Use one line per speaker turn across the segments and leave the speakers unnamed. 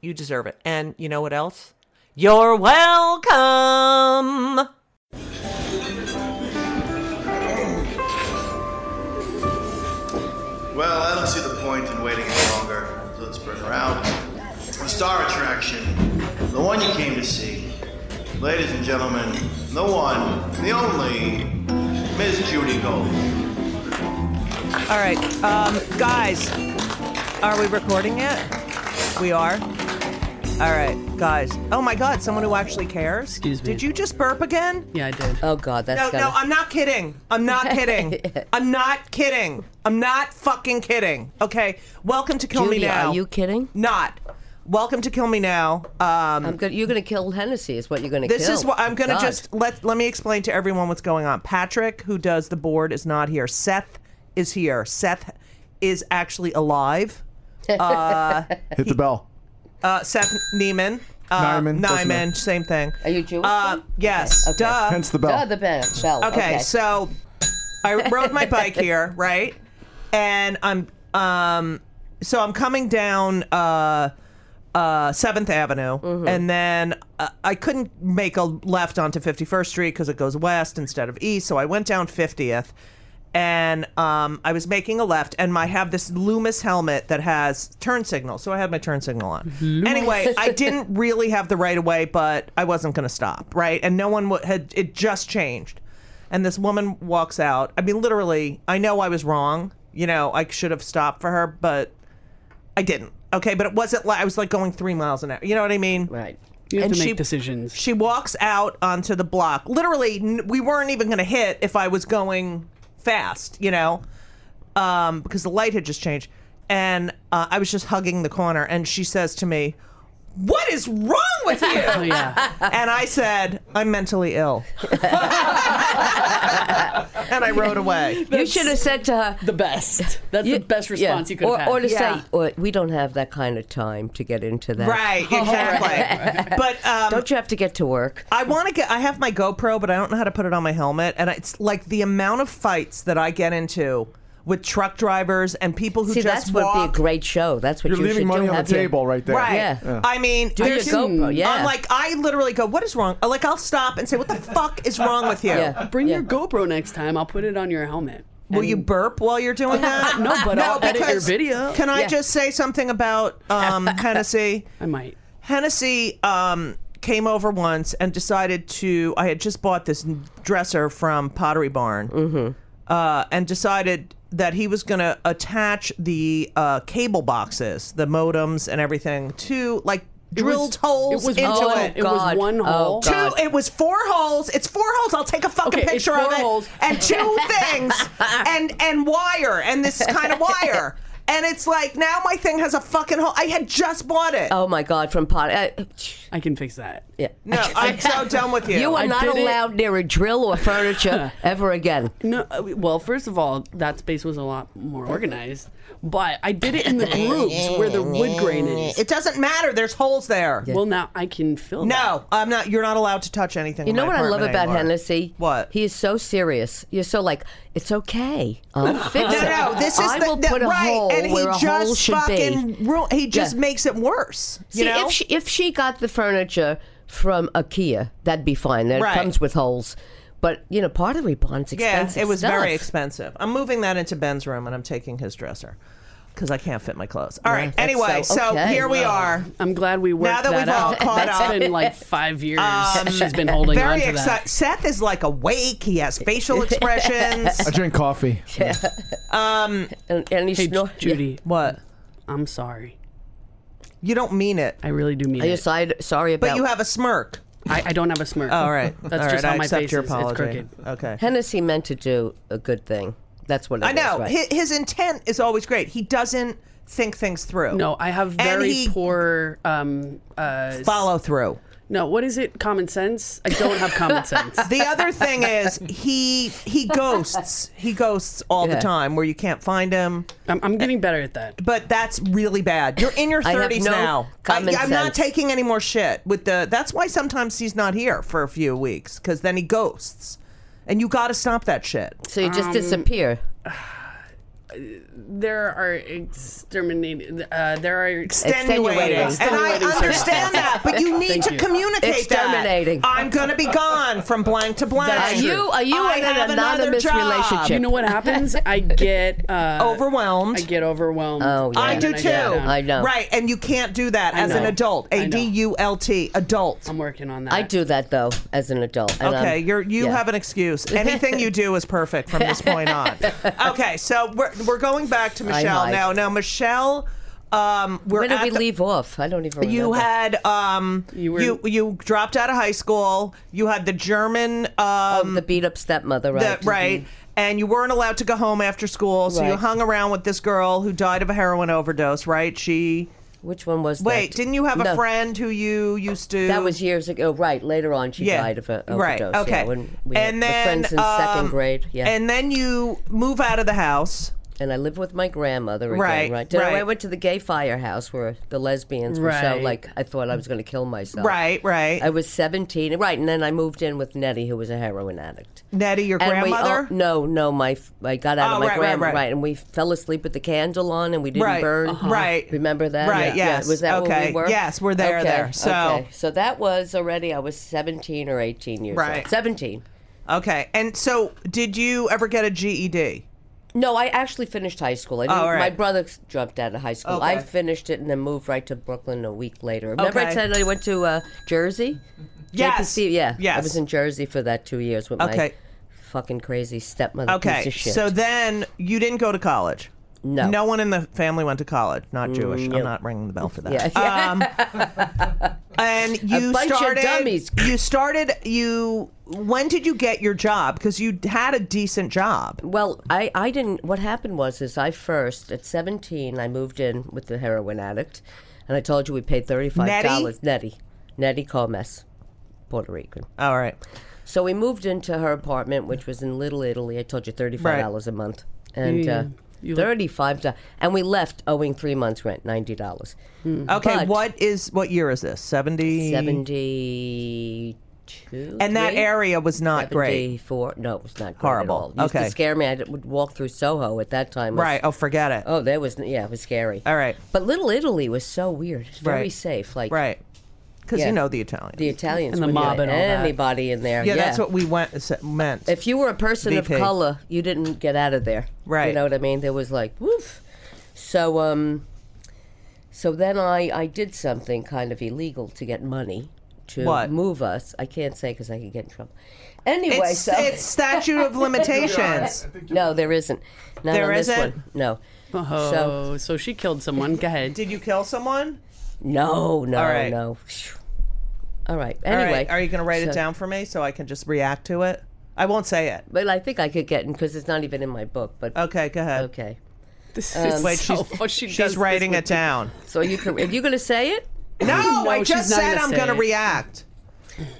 You deserve it. And you know what else? You're welcome.
Well, I don't see the point in waiting any longer, so let's bring her out. The star attraction, the one you came to see. Ladies and gentlemen, the one, the only, Miss Judy Gold.
All right, um, guys, are we recording it? We are. All right, guys. Oh my God, someone who actually cares.
Excuse me.
Did you just burp again?
Yeah, I did.
Oh God, that's
No,
gotta-
no, I'm not kidding. I'm not kidding. I'm not kidding. I'm not fucking kidding. Okay, welcome to Kill
Judy,
Me Now.
Are you kidding?
Not. Welcome to Kill Me Now. Um,
I'm gonna, you're going to kill Hennessy. Is what you're going to kill.
This is what I'm going to
God.
just let let me explain to everyone what's going on. Patrick, who does the board, is not here. Seth is here. Seth is actually alive.
Hit the bell.
Uh, Seth Neiman. Uh,
Nyman, doesn't matter.
Nyman, same thing.
Are you Jewish?
Uh,
then?
yes.
Okay, okay.
Duh.
Hence the bell.
Duh, the bell. bell,
Okay, so I rode my bike here, right? And I'm um so I'm coming down uh uh 7th Avenue and then uh, I couldn't make a left onto 51st Street cuz it goes west instead of east, so I went down 50th and um I was making a left and I have this Loomis helmet that has turn signal, so I had my turn signal on. Anyway, I didn't really have the right of way, but I wasn't going to stop, right? And no one w- had it just changed and this woman walks out. I mean, literally, I know I was wrong. You know, I should have stopped for her, but I didn't. Okay, but it wasn't like I was like going three miles an hour. You know what I mean?
right.
You have
and
to make
she-
decisions.
She walks out onto the block. Literally, n- we weren't even going to hit if I was going fast, you know, um, because the light had just changed. And uh, I was just hugging the corner, and she says to me, What is wrong with
Oh,
you?
yeah.
and I said, I'm mentally ill. and I rode away.
You should have said to her.
the best. That's the best response you could
or,
have had.
Or to
Yeah.
say, or, we don't have that kind of time to get into that.
Right, exactly. but um,
Don't you have to get to work?
I want to get. I have my GoPro, but I don't know how to put it on my helmet. And it's like the amount of fights that I get into with truck drivers and people who
See,
just
that's what
walk.
would be a great show. That's what
You're
you
leaving
should
money
do.
on the
have your-
table right there.
Right.
Yeah.
I mean,
Do your
there's-
GoPro, yeah.
I'm like, I literally go, what is wrong? Like, I'll stop and say, what the fuck is wrong with you?
Yeah.
Bring your GoPro next time. I'll put it on your helmet.
Will you burp while you're doing that?
No, but I'll edit your
because-
video.
Can I
Yeah.
just say something about um, Hennessy?
I might.
Hennessy um, came over once and decided to. I had just bought this dresser from Pottery Barn,
Mm-hmm.
uh, and decided that he was going to attach the uh, cable boxes, the modems, and everything to like drilled holes
was
into
one-
it.
it was
God.
one
Oh,
hole.
Two.
God.
It was four holes. It's four holes. I'll take a fucking
Okay, it's
picture
four
of it.
holes.
And two things. And and wire. And this kind of wire. And it's like now my thing has a fucking hole. I had just bought it.
Oh my God! From pot. Uh,
I can fix that.
yeah.
No, I'm so done with you.
You are
I
not
did it.
allowed near a drill or furniture ever again.
No, uh, well, first of all, that space was a lot more organized, but I did it in the grooves where the wood grain is.
it doesn't matter. There's holes there.
Well, now I can fill. that.
No, I'm not. You're not allowed to touch anything.
You
in
know
my
what I love
apartment
about
anymore.
Hennessy?
What?
He is so serious. You're so like, it's okay. I'll fix
No,
it.
no, no, this is
I
the,
will
the-
put a
right,
hole
and he
where a
just
hole should
fucking
be.
ru- he just
Yeah.
makes it worse. You
See,
know?
if she, if she got the furniture from IKEA, that'd be fine. That
Right.
it comes with holes, but you know, part of rebond's
yeah,
expensive.
it was very
stuff.
expensive. I'm moving that into Ben's room, and I'm taking his dresser because I can't fit my clothes. All right.
that's
Anyway,
so-
so
okay.
here we are.
I'm glad we worked
Now that we've all
out.
caught
That's
up.
been like five years. She's been holding on
Very
to that.
excited. Seth is like awake. He has facial
I
expressions.
drink coffee.
And, and he
Hey,
snor-
Judy,
what?
I'm sorry.
You don't mean it,
I really do mean
Are you
it.
sorry, sorry
but
about
you have a smirk.
I, I don't have a smirk.
All right.
That's
All right,
just how
I
my
accept
face
your
is.
apology.
It's crooked.
Okay.
Hennessy meant to do a good thing. That's what it
I know.
is, right?
Hi- His intent is always great. He doesn't think things through.
No, I have very
he-
poor. Um, uh,
Follow through.
no, what is it? Common sense? I don't have common sense.
The other thing is he he ghosts. He ghosts all the
Yeah.
time where you can't find him.
I'm, I'm getting better at that.
But that's really bad. You're in your
I have
30s
no
now.
common
I, I'm not
sense.
taking any more shit with the. That's why sometimes he's not here for a few weeks because then he ghosts, and you got to stop that shit.
so you
Um,
just disappear.
There are exterminated. Uh, there are.
Extenuating,
Extenuating.
and I
Extenuating
understand that, but you need to
you.
communicate
Exterminating.
that. I'm going to be gone from blank to blank.
That's Are true.
you- are you
I
in an
have another
anonymous
job.
relationship?
you know what happens? I get uh,
Overwhelmed.
I get overwhelmed.
Oh, yeah.
I
And
do
then
too.
get down.
I know.
Right, and you can't do that as an
know.
adult.
I
A
know.
D U L T, adult.
I'm working on that.
I do that though as an adult. and
Okay,
I'm-
you're you
yeah.
have an excuse. Anything you do is perfect from this point on. Okay, so we're we're going back to Michelle
hide.
now. Now Michelle, um, we're
Where did
at
we
the-
leave off? I don't even remember.
You had um, you,
You were-
you dropped out of high school. You had the German uh,
Oh, the beat up stepmother, right?
that- right. And you weren't allowed to go home after school, so you
Right.
hung around with this girl who died of a heroin overdose, right? She
Mm-hmm. Which one was
Wait,
that?
didn't you have a
No.
friend who you used to?
That was years ago, Oh, right? Later on, she
Yeah.
died of an
Right,
overdose.
okay.
yeah, when we
And
were
then,
friends in
um,
second grade. Yeah, and,
And then you move out of the house.
I live with my grandmother again.
Right,
Right, Then
right.
I went to the gay firehouse where the lesbians were so
Right.
like I thought I was going to kill myself.
Right, right.
Oh. I was seventeen, right? And then I moved in with Nettie, who was a heroin addict.
Nettie, your
And we all-
grandmother?
no, no, my f- I got out
Oh,
of my
right, right,
grandma
right.
right, and we fell asleep with the candle on, and we didn't
Right,
burn.
uh-huh. right.
remember that?
Right,
Yeah,
yes,
was that where
okay,
we were?
yes, we're there,
Okay,
there, so-
okay. so that was already I was seventeen or eighteen years
Right.
old. Seventeen.
Okay. And so, did you ever get a E GED?
No, I actually finished high school. I didn't,
all Oh, right.
My brother dropped out of high school.
Okay.
I finished it and then moved right to Brooklyn a week later. Remember
Okay.
I said I went to uh, Jersey?
Yes.
JPC, yeah.
Yes.
I was in Jersey for that two years with my
Okay.
fucking crazy stepmother piece
Okay.
of shit.
So then you didn't go to college.
No.
No one in the family went to college. Not Jewish. I'm not ringing the bell for that.
Yeah.
Um, and you
bunch of
started.
dummies.
You started. You. When did you get your job? Because you had a decent job.
Well, I, I didn't. What happened was, is I first at seventeen, I moved in with the heroin addict, and I told you we paid thirty five dollars. Nettie, Nettie Comes, Puerto Rican.
All right.
So we moved into her apartment, which was in Little Italy. I told you thirty five dollars a month, and uh, thirty five dollars, and we left owing three months rent, ninety dollars,
Okay.
But-
what is what year is this? Seventy.
seventy two.
and that area was not great.
74. No, it was not great
Horrible.
At all. It used
Okay.
to scare me. I did- would walk through Soho at that time. It was-
Right. Oh, forget it.
Oh, that was yeah, it was scary.
All right.
But Little Italy was so weird. It's Very
Right.
safe. Like
Right. Because
Yeah.
you know the Italians.
the Italians
And the
wouldn't
mob
let
and all that.
anybody in there.
yeah, that's what we went s- meant.
If you were a person
VP.
of color, you didn't get out of there. You
Right.
know what I mean? There was like woof. So um so then I I did something kind of illegal to get money to
What?
move us. I can't say cuz I could get in trouble. Anyway,
it's,
so
it's statute of limitations.
No, there isn't. Not
There
on this
isn't?
one. No.
Oh,
So
so, she killed someone. Go ahead.
Did you kill someone?
no, no,
All right.
no. Phew. All right.
All right,
Anyway,
Are you going to write it
so-
down for me so I can just react to it? I won't say it.
But I think I could get in because it's not even in my book. But
Okay, go ahead.
okay.
This is
Wait,
so
she's-
what she does
She's
this
writing
with
it down.
So you can. Are you going to say it?
No, I
she's
just
not
said
gonna
I'm
say
going to
it.
react.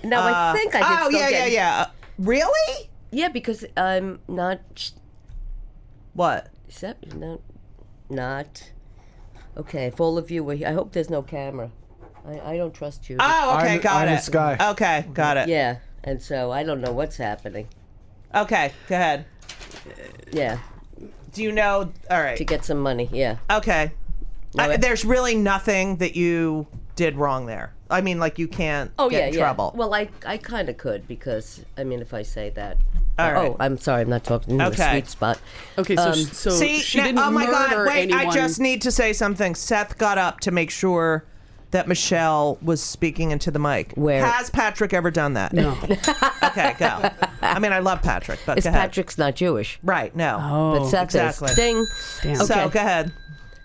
No, I
Uh,
think I could.
Oh,
still
yeah, yeah,
get-
yeah. Uh, Really?
Yeah, because I'm not.
What?
Except no, not. Okay, if all of you were here, I hope there's no camera. I, I don't trust you.
Oh, okay,
I'm-
got
I'm
it.
the sky.
Okay, got it.
yeah, and so I don't know what's happening.
Okay, go ahead.
Yeah,
Do you know? All right.
to get some money. Yeah,
Okay. I-
it-
there's really nothing that you did wrong there. I mean, like you can't
Oh
get
yeah,
in
yeah.
trouble.
Well, I I kind of could because I mean if I say that.
All right.
Oh, I'm sorry. I'm not talking to
Okay. Oh,
a sweet spot.
Okay, so,
Um,
she- so
See,
she
now-
didn't
oh my
murder
God! Wait,
anyone.
I just need to say something. Seth got up to make sure that Michelle was speaking into the mic.
Where-
has Patrick ever done that?
No.
okay, go. I mean, I love Patrick, but
It's
go ahead.
Patrick's not Jewish.
Right? No.
but Seth
exactly.
is. Ding.
Damn.
So
Oh, Okay.
go ahead.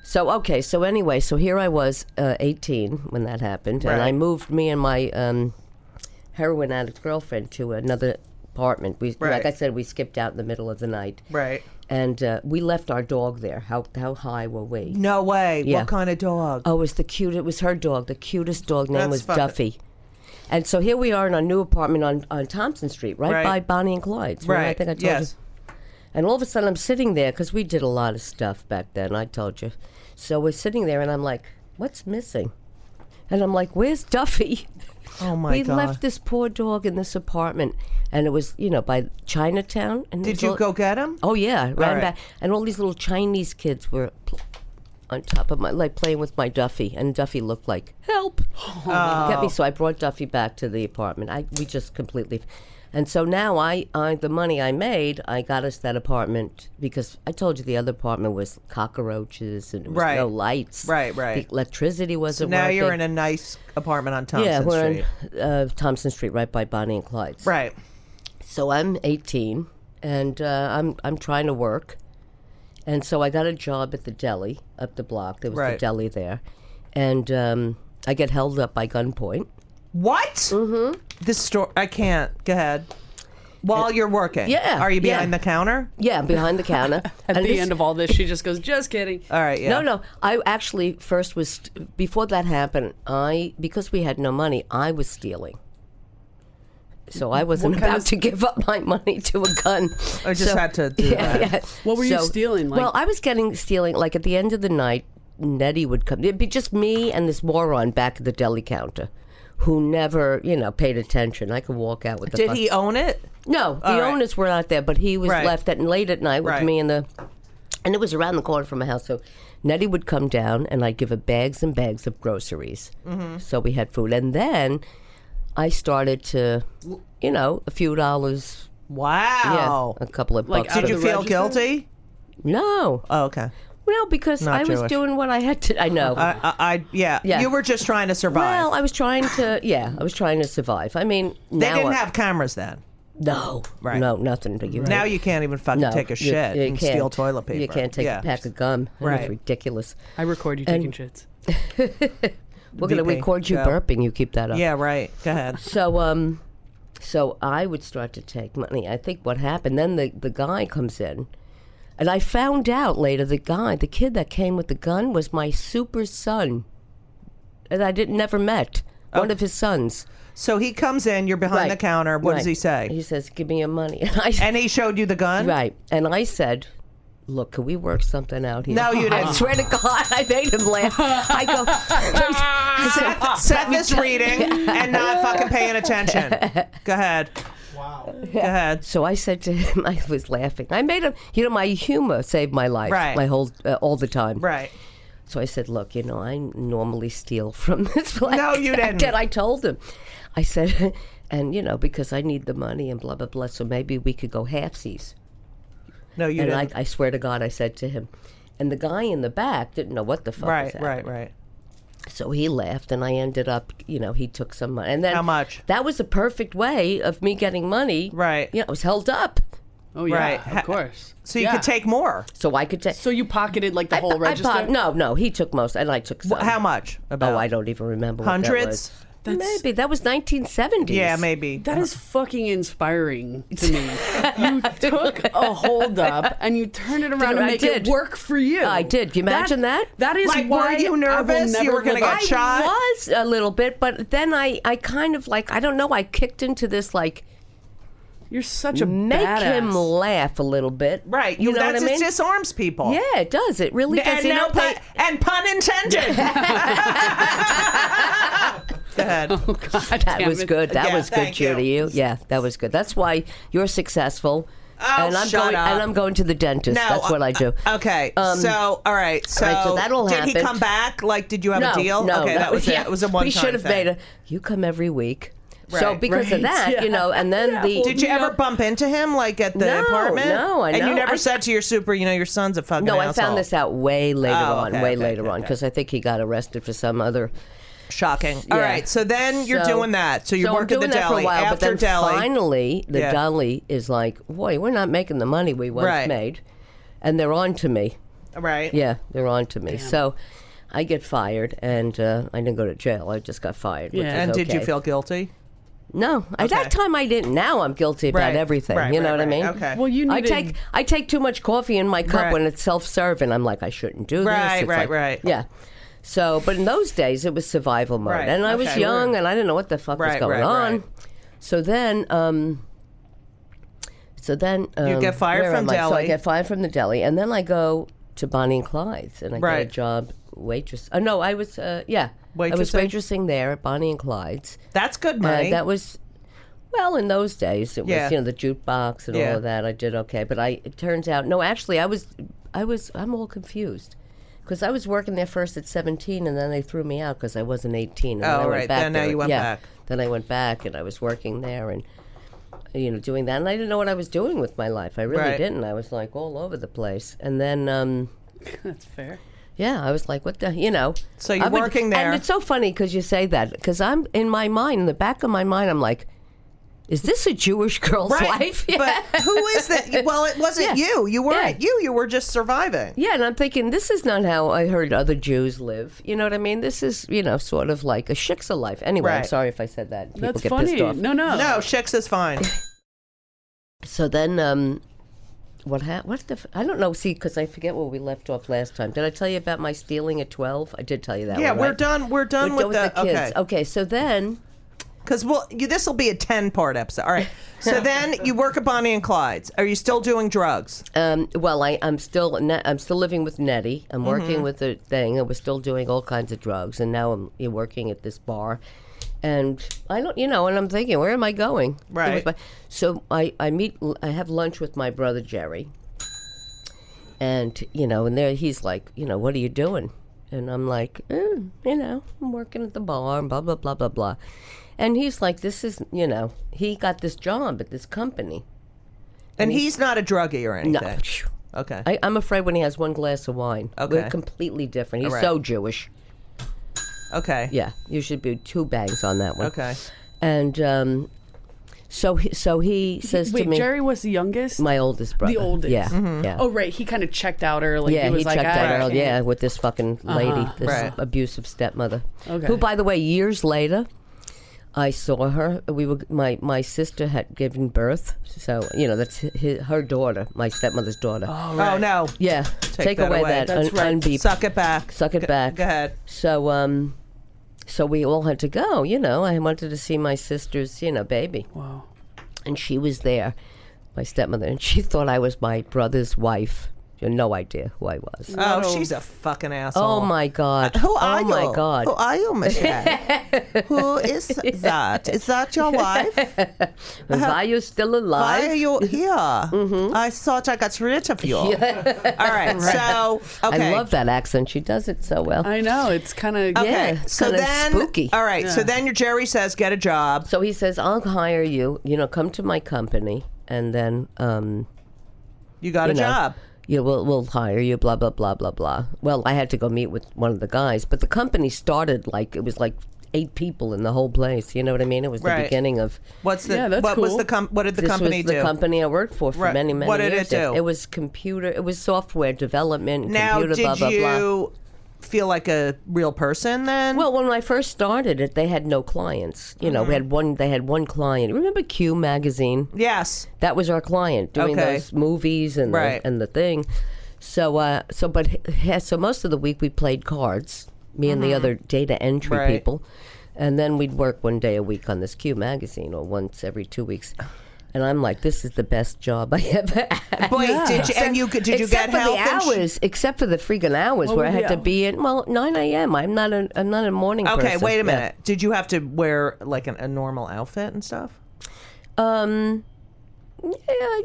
So okay, so anyway, so here I was, uh, 18 when that happened, and
Right.
I moved me and my um, heroin addict girlfriend to another apartment. We,
Right.
like I said, we skipped out in the middle of the night,
Right.
and uh, we left our dog there. How how high were we?
No way.
Yeah.
What kind of dog?
Oh, it was the cute. It was her dog. The cutest dog name
That's
was
fun.
Duffy. And so here we are in our new apartment on, on Thompson Street, right,
Right.
by Bonnie and Clyde's. Remember, I
right.
think I told
yes.
you. And all of a sudden, I'm sitting there because we did a lot of stuff back then. I told you. So we're sitting there, and I'm like, "What's missing?" And I'm like, "Where's Duffy?"
Oh my
we
God.
left this poor dog in this apartment, and it was, you know, by Chinatown. And it
Did
was
you
all-
go get him?
Oh yeah, I ran
right.
back, and all these little Chinese kids were pl- on top of my, like playing with my Duffy, and Duffy looked like help. Get me, so
Oh.
I brought Duffy back to the apartment. I we just completely, and so now I, I the money I made, I got us that apartment because I told you the other apartment was cockroaches and it was
Right.
no lights,
Right, right.
The electricity wasn't.
Now
working.
you're in a nice apartment on Thompson
yeah, we're
Street.
in uh, Thompson Street, right by Bonnie and Clyde's.
Right.
So I'm 18, and uh, I'm I'm trying to work, and so I got a job at the deli up the block. There was
Right.
the deli there, and um, I get held up by gunpoint.
What? Mm-hmm. This story. I can't. Go ahead. While you're working.
yeah,
Are you
yeah.
behind the counter?
Yeah, behind the counter.
At
And
the
this-
end of all this, she just goes, "Just kidding."
All right. Yeah.
No, no. I actually first was st- before that happened. I because we had no money, I was stealing. So I wasn't
kind
about
of-
to give up my money to a gun.
I just
So-
had to do that.
yeah.
What were you stealing, like-
well, I was getting stealing. Like at the end of the night, Nettie would come. It'd be just me and this moron back at the deli counter, who never, you know, paid attention. I could walk out with the.
Did
fuck-
he own it?
No, the
right.
owners were not there, but he was
Right.
left at late at night with
Right.
me and the, and it was around the corner from my house. So Nettie would come down, and I'd give her bags and bags of groceries.
Mm-hmm.
So we had food, and then I started to, you know, a few dollars.
Wow.
Yeah, a couple of
Like,
bucks.
out
Did
of
you
the
feel
register?
guilty?
no,
Oh, okay.
no, because
Not
I was
Jewish.
doing what I had to. I know.
I, I, I yeah.
Yeah.
You were just trying to survive.
well, I was trying to. Yeah, I was trying to survive. I mean,
they
now
didn't
I-
have cameras then.
no,
Right.
no, nothing to give.
Now you can't even fucking
no,
take a
you-
shit
you
and
can't.
steal toilet paper.
You can't take
Yeah.
a pack of gum.
Right.
That's ridiculous.
I record you taking shits.
We're going to
VP,
record you
go.
burping. You keep that up.
Yeah. Right. Go ahead.
So um, so I would start to take money. I think what happened then the the guy comes in, and I found out later the guy, the kid that came with the gun, was my super son, and I didn't never met. One of his sons.
So he comes in. You're Oh. behind
Right.
the counter. What does
Right.
he say?
He says, "Give me your money." And I
and he showed you the gun.
Right. And I said, look, can we work something out here?
No, you
I
didn't.
swear to God, I made him laugh. I go, I said,
Seth, Seth is reading and not fucking paying attention. Go ahead. Wow. Go ahead.
So I said to him, I was laughing. I made him, you know, my humor saved my life,
Right.
my whole, uh, all the time.
Right.
So I said, look, you know, I normally steal from this black
No, you
cat."
didn't.
I told him. I said, and you know, because I need the money and blah blah blah. So maybe we could go halfsies.
No, you
and I,
didn't.
I swear to God, I said to him, and the guy in the back didn't know what the fuck. was
right,
happening.
right, right.
So he left, and I ended up, you know, he took some money. And then
How much?
That was a perfect way of me getting money.
Right.
You know, I was held up,
Oh yeah,
Right. Ha-
of course.
So you
Yeah.
could take more.
so I could take.
So you pocketed like the
I,
whole
I
register.
bought- no, no, he took most, and I took some.
How much? About
Oh, I don't even remember. what that
hundreds.
was. Maybe that was 1970s.
Yeah, maybe.
That is fucking inspiring to me. you took a holdup and you turned it around
Dude,
and
I
make
did.
it work for you.
I did. Can you imagine that?
That is
Like, were
why
you
I will
nervous? You
never
were gonna
live
get
up-
shot?
I was a little bit, but then I, I kind of like I don't know. I kicked into this like
You're such a
make
badass.
him laugh a little bit,
Right.
You,
You,
know
that's,
what I mean?
It disarms people.
yeah, it does. It really does.
And,
You
no
know,
pun,
they-
and pun intended. Go ahead.
that
Oh, Damn
was
it.
good. That
Yeah,
was good,
thank
Judy.
you.
You. yeah, that was good. That's why you're successful.
Oh,
and I'm
shut
going
up.
and I'm going to the dentist.
No, uh,
That's what I do.
Okay. so, all right. So,
right, so that all
did he
happened.
come back? Like, did you have
no,
a deal?
No,
okay,
no,
that was
yeah.
it. It was a one-time
We should have
thing.
made a. You come every week. So
Right,
because
right,
of that,
yeah.
you know, and then
Yeah,
the
well,
Did you
You
ever
know-
bump into him like at the
No,
apartment?
no, I
And you
know.
never
I-
said to your super, you know, your son's a fucking.
No, I
asshole.
found this out way later
Oh,
on,
okay,
way
okay,
later
okay,
on,
okay.
because I think he got arrested for some other.
Shocking. All
yeah.
right, so then you're
So-
doing that. So you're
I'm
working
doing
the
that
deli
for a while,
after
but then
deli.
finally the
Yeah.
deli is like, boy, we're not making the money we once
Right.
made, and they're on to me.
right.
Yeah, they're on to me. So I get fired, and uh, I didn't go to jail. I just got fired. which
Yeah.
is
And did you
okay.
feel guilty?
No, at
Okay.
that time I didn't. Now I'm guilty about
Right,
everything.
right,
you know
right,
what I
right.
mean?
Okay.
Well, you
I
needed.
take I take too much coffee in my cup
Right.
when it's self serving. I'm like I shouldn't do this.
Right,
It's
right,
like-
right.
Yeah. So, but in those days it was survival mode,
Right,
and I was
okay.
young, and I didn't know what the fuck was
Right,
going
right,
on.
right.
So then, um, so then um,
get fired
where
from
am I? So I
deli.
get fired from the deli, and then I go to Bonnie and Clyde's, and I get
Right.
a job waitress. Oh no, I was uh, yeah, I was
Waitressing?
waitressing there at Bonnie and Clyde's.
That's good
Uh,
money.
that was, well, in those days it
Yeah.
was you know the jukebox and
Yeah.
all of that. I did okay, but I it turns out no, actually I was, I was I'm all confused because I was working there first at 17 and then they threw me out because I wasn't 18. And then
Oh,
I went
right.
Back
Then now
there.
you went
yeah.
back.
Then I went back and I was working there and you know doing that and I didn't know what I was doing with my life. I really
Right.
didn't. I was like all over the place and then. um
That's fair.
yeah, I was like, what the, you know.
So you're
I would-
working there.
And it's so funny because you say that because I'm in my mind, in the back of my mind, I'm like, is this a Jewish girl's
right.
life? Yeah.
But who is that? Well, it wasn't
Yeah.
you. You weren't
Yeah.
you. You were just surviving.
yeah, and I'm thinking, this is not how I heard other Jews live. You know what I mean? This is, you know, sort of like a shiksa life. Anyway, I'm
Right.
sorry if I said that. People
That's
get
funny.
pissed off.
No, no,
No, Shix is fine.
So then, um, what hap What the? F- I don't know. See, because I forget where we left off last time. Did I tell you about my stealing at 12? I did tell you that
Yeah,
one,
we're
right?
done. We're done
We're
with,
done
the,
with
okay.
kids. Oh. Okay, so then.
Because well, this will be a ten-part episode. All right. So then you work at Bonnie and Clyde's. Are you still doing drugs?
Um, well, I, I'm still ne- I'm still living with Nettie. I'm
Mm-hmm.
working with the thing. I was still doing all kinds of drugs, and now I'm you're working at this bar. And I don't, you know, and I'm thinking, where am I going? It was
Right.
my- so I I meet I have lunch with my brother Jerry, and you know, and there he's like, you know, what are you doing? And I'm like, eh, you know, I'm working at the bar and blah blah blah blah blah. And he's like, this is, you know, he got this job at this company.
And he's not a druggie or anything.
No.
Okay.
I, I'm afraid when he has one glass of wine.
Okay.
We're completely different. He's
All right.
so Jewish.
okay.
Yeah, you should be two bangs on that one.
Okay.
And um, so he, so he says
Wait,
to me,
Jerry was the youngest.
my oldest brother.
oldest.
Yeah. Yeah.
oh right, he kind of checked out early.
Yeah,
he, was
he
like, "Ah,
checked
"I
out.
can't."
early. Yeah, with this fucking lady, this
Right.
abusive stepmother.
Okay.
Who, by the way, years later, I saw her. We were my my sister had given birth, so you know that's his, her daughter, my stepmother's daughter.
Oh no.
Yeah,
Take
take,
that
away,
away.
that
That's
un-
right.
unbeep.
Suck it back.
Suck it
Go-
back.
Go ahead.
So um, so we all had to go. You know, I wanted to see my sister's, you know, baby,
Wow.
and she was there, my stepmother, and she thought I was my brother's wife. You have no idea who I was.
Oh, she's a fucking asshole.
oh my god.
Who are
oh
you?
my god.
Who are you, Michelle? Who is that? Is that your wife?
And why you still
Why
alive?
are you here?
Mm-hmm.
I thought I got rid of you. All right, So okay.
I love that accent. She does it so well.
I know it's kind of
Yeah,
yeah.
it's
So
kinda
then,
spooky.
all right. So then your Jerry says, "Get a job."
So he says, "I'll hire you. You know, come to my company, and then um,
You got
you
a
know,
job.
Yeah, we'll we'll hire you. Blah blah blah blah blah. Well, I had to go meet with one of the guys, but the company started like it was like eight people in the whole place. You know what I mean? It was the
Right.
beginning of
What's the
Yeah, that's
what was
cool.
the com- what did the
this
company
was the
do?
company I worked for for
Right.
many many
What did it
years.
do?
It was computer. It was software development.
now,
computer,
did
blah, blah,
you
blah.
feel like a real person then?
Well, when I first started it, they had no clients. You know, we
Mm-hmm.
had one. They had one client. Remember Q magazine?
yes.
That was our client doing
Okay.
those movies and
Right.
the, and the thing. So uh, so but he- so most of the week we played cards. Me and the other data entry
Mm-hmm. Right.
people, and then we'd work one day a week on this Q magazine or once every two weeks. And I'm like, this is the best job I ever had.
Wait, did you, and you could- did you
uh,
get
except for
help? and sh- Oh,
the hours, except for the freaking hours
What
where I
were the
had to be in. Well, 9 a.m. I'm not a I'm not a morning
okay,
person.
wait
Yeah.
a minute. Did you have to wear like an, a normal outfit and stuff?
Um, yeah,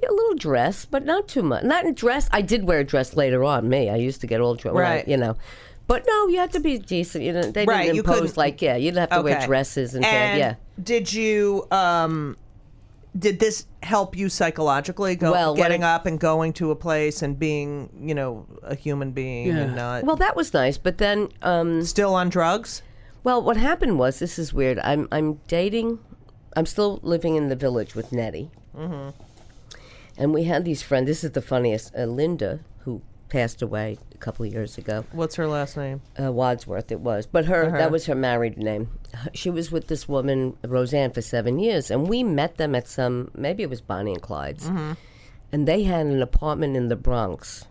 a little dress, but not too much. Not in dress. I did wear a dress later on. Me, I used to get all dressed,
Right.
you know. But no, you had to be decent. You know, they
Right,
didn't
you
impose
couldn't-
like yeah, you'd have to wear dresses and,
And
yeah.
Did you um did this help you psychologically go
Well, what
getting
it-
up and going to a place and being, you know, a human being and
Yeah.
not
Well, that was nice, but then um,
still on drugs?
Well, what happened was this is weird. I'm I'm dating. I'm still living in the village with Nettie.
Mm-hmm.
And we had these friends. This is the funniest. Uh, Linda, who passed away a couple of years ago,
What's her last name?
uh, Wadsworth it was, but her
Uh-huh.
that was her married name. She was with this woman Roseanne for seven years, and we met them at some maybe it was Bonnie and Clyde's,
Mm-hmm.
and they had an apartment in the Bronx,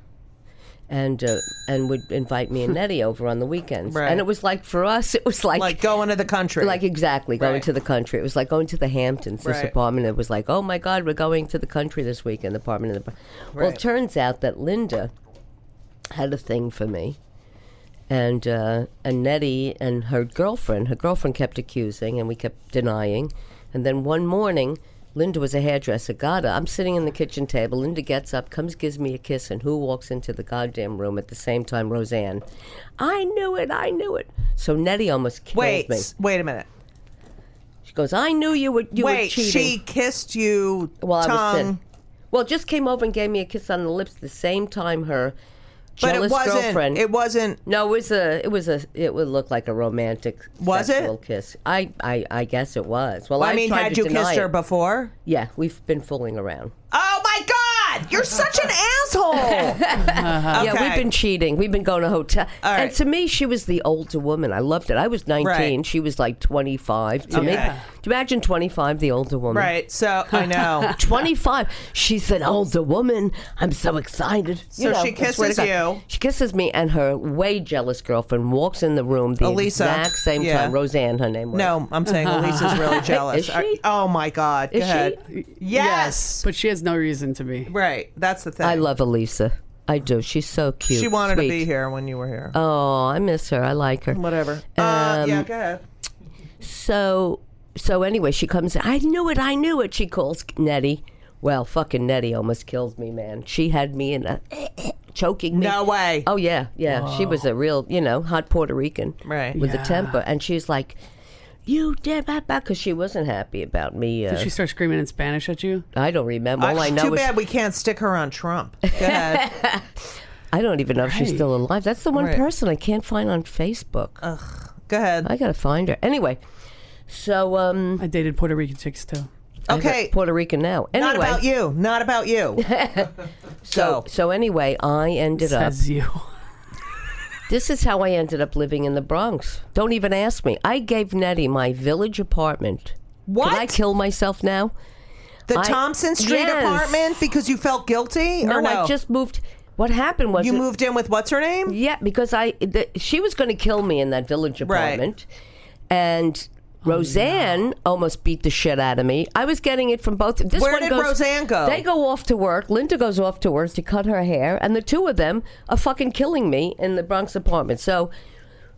and uh, and would invite me and Nettie over on the weekends,
Right.
and it was like for us it was
Like going to the country.
like exactly going
Right.
to the country. It was like going to the Hamptons. This
Right.
apartment. It was like, oh my God, we're going to the country this weekend. The apartment. In the... Well,
Right.
it turns out that Linda had a thing for me, and uh, and Nettie and her girlfriend. Her girlfriend kept accusing, and we kept denying. And then one morning, Linda was a hairdresser. Gotta, I'm sitting in the kitchen table. Linda gets up, comes, gives me a kiss, and who walks into the goddamn room at the same time? Roseanne. I knew it. I knew it. So Nettie almost killed
wait,
me.
s- wait a minute.
She goes, I knew you were you were
wait,
cheating.
she kissed you
While
tongue.
I was sitting. Well, just came over and gave me a kiss on the lips the same time her
But it
jealous
wasn't
girlfriend.
it wasn't
no, it was a it was a it would look like a romantic
Was it?
sexual kiss. I, I I guess it was. Well,
I mean,
tried
had
to
you
deny
kissed her
it.
before?
Yeah, we've been fooling around.
Oh my god! You're such an asshole.
Uh-huh. Yeah,
Okay.
we've been cheating. We've been going to hotel.
All
And
right.
to me, she was the older woman. I loved it. I was 19.
Right.
She was like 25. To me,
Okay.
do you imagine 25, the older woman?
Right. So I know.
25. She's an older "Oh, woman. I'm so excited.
So she
I swear to
kisses
God.
you.
She kisses me, and her way jealous girlfriend walks in the room the
Elisa.
exact same
Yeah.
time. Roseanne, her name was.
No, I'm saying Elisa's really jealous.
Uh-huh. Is
I-
she?
oh my god. Go
Is she?
ahead. Yes.
But she has no reason to be.
right. That's the thing.
I love Elisa. I do. She's so cute.
She wanted
sweet.
to be here when you were here.
Oh, I miss her. I like her.
Whatever. uh,
Um,
yeah. Go ahead.
So, so anyway, she comes. I knew it. I knew it. She calls Nettie. Well, fucking Nettie almost killed me, man. She had me in a choking me.
No way.
Oh yeah, yeah. She was a real, you know, hot Puerto Rican,
Right.
With
Yeah.
a temper, and she's like, "You did that back," because she wasn't happy about me. Uh,
She starts screaming in Spanish at you.
I don't remember. All I, know
Too
is
bad we can't stick her on Trump. Go ahead.
I don't even know if she's
Right.
still alive. That's the one
Right. Uh.
person I can't find on Facebook.
Go ahead.
I gotta find her. Anyway, so um,
I dated Puerto Rican chicks too.
Okay.
Puerto Rican now. Anyway,
Not about you. Not about you.
so
Go.
so anyway, I ended up.
Says you.
This is how I ended up living in the Bronx. Don't even ask me. I gave Nettie my village apartment.
What?
Can I kill myself now?
the
I-
Thompson Street
Yes.
apartment because you felt guilty
No,
or no?
I just moved. What happened was
you
it-
moved in with what's her name?
Yeah, because I the, she was going to kill me in that village
Right.
apartment, and
Oh,
Roseanne almost beat the shit out of me. I was getting it from both. This
Where
one
did
goes-
Roseanne go?
They go off to work. Linda goes off to work to cut her hair, and the two of them are fucking killing me in the Bronx apartment. So,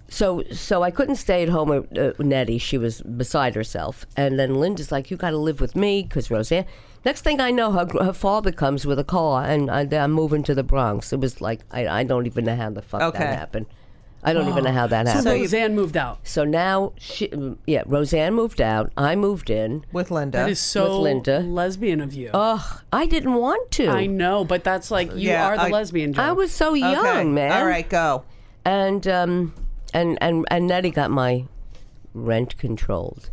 so, so I couldn't stay at home with uh, Nettie. She was beside herself. And then Linda's like, "You got to live with me," because Roseanne. Next thing I know, her gr- her father comes with a car, and I, I'm moving to the Bronx. It was like I, I don't even know how the fuck
Okay.
that happened. I don't even know how that happened.
So Roseanne moved out.
So now she, yeah, Roseanne moved out. I moved in.
with Linda.
That is so
Linda. Oh.
lesbian of you.
Ugh, I didn't want to.
I know, but that's like you
Yeah,
are the
I-
lesbian. Joke.
I was so young,
Okay.
man.
All right, go.
And um, and and and Nettie got my rent controlled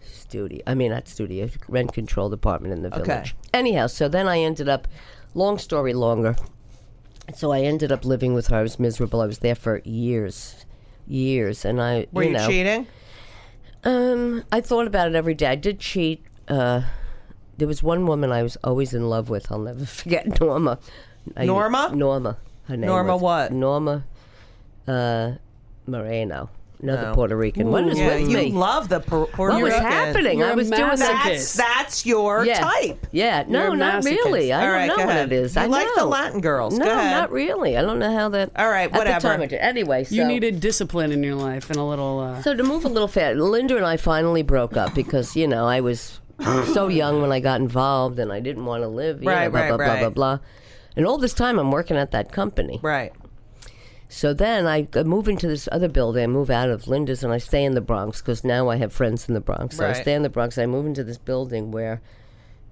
studio. I mean, not studio, rent controlled apartment in the village. Anyhow, so then I ended up. Long story longer. So I ended up living with her. I was miserable. I was there for years, years, and I
Were you,
know,
cheating?
Um, I thought about it every day. I did cheat. Uh, there was one woman I was always in love with. I'll never forget Norma. I-
Norma?
Norma. Her name.
Norma
was-
what?
Norma. Uh, Moreno. Another Puerto Rican. What is
Oh. Yeah,
with
you
me?
love the Puerto
what was
Rican.
happening?
You're
I
a
was doing
masochist.
that.
That's that's your
Yeah.
type.
Yeah.
You're
No,
a
not really. I
All
don't
right,
know
go
what
ahead.
it is.
You
I
like the
know.
Latin girls.
No,
Go ahead.
not really. I don't know how that.
All right,
At
whatever.
the time I did. Anyway, so
you needed discipline in your life and a little. Uh,
Uh-huh.
So to move a little fast, Linda and I finally broke up because you know I was so young when I got involved and I didn't want to live. You
Right,
know, blah,
right,
blah,
right.
blah, blah, blah. And all this time I'm working at that company.
Right.
So then I I move into this other building. I move out of Linda's and I stay in the Bronx because now I have friends in the Bronx. So
Right.
I stay in the Bronx. I move into this building where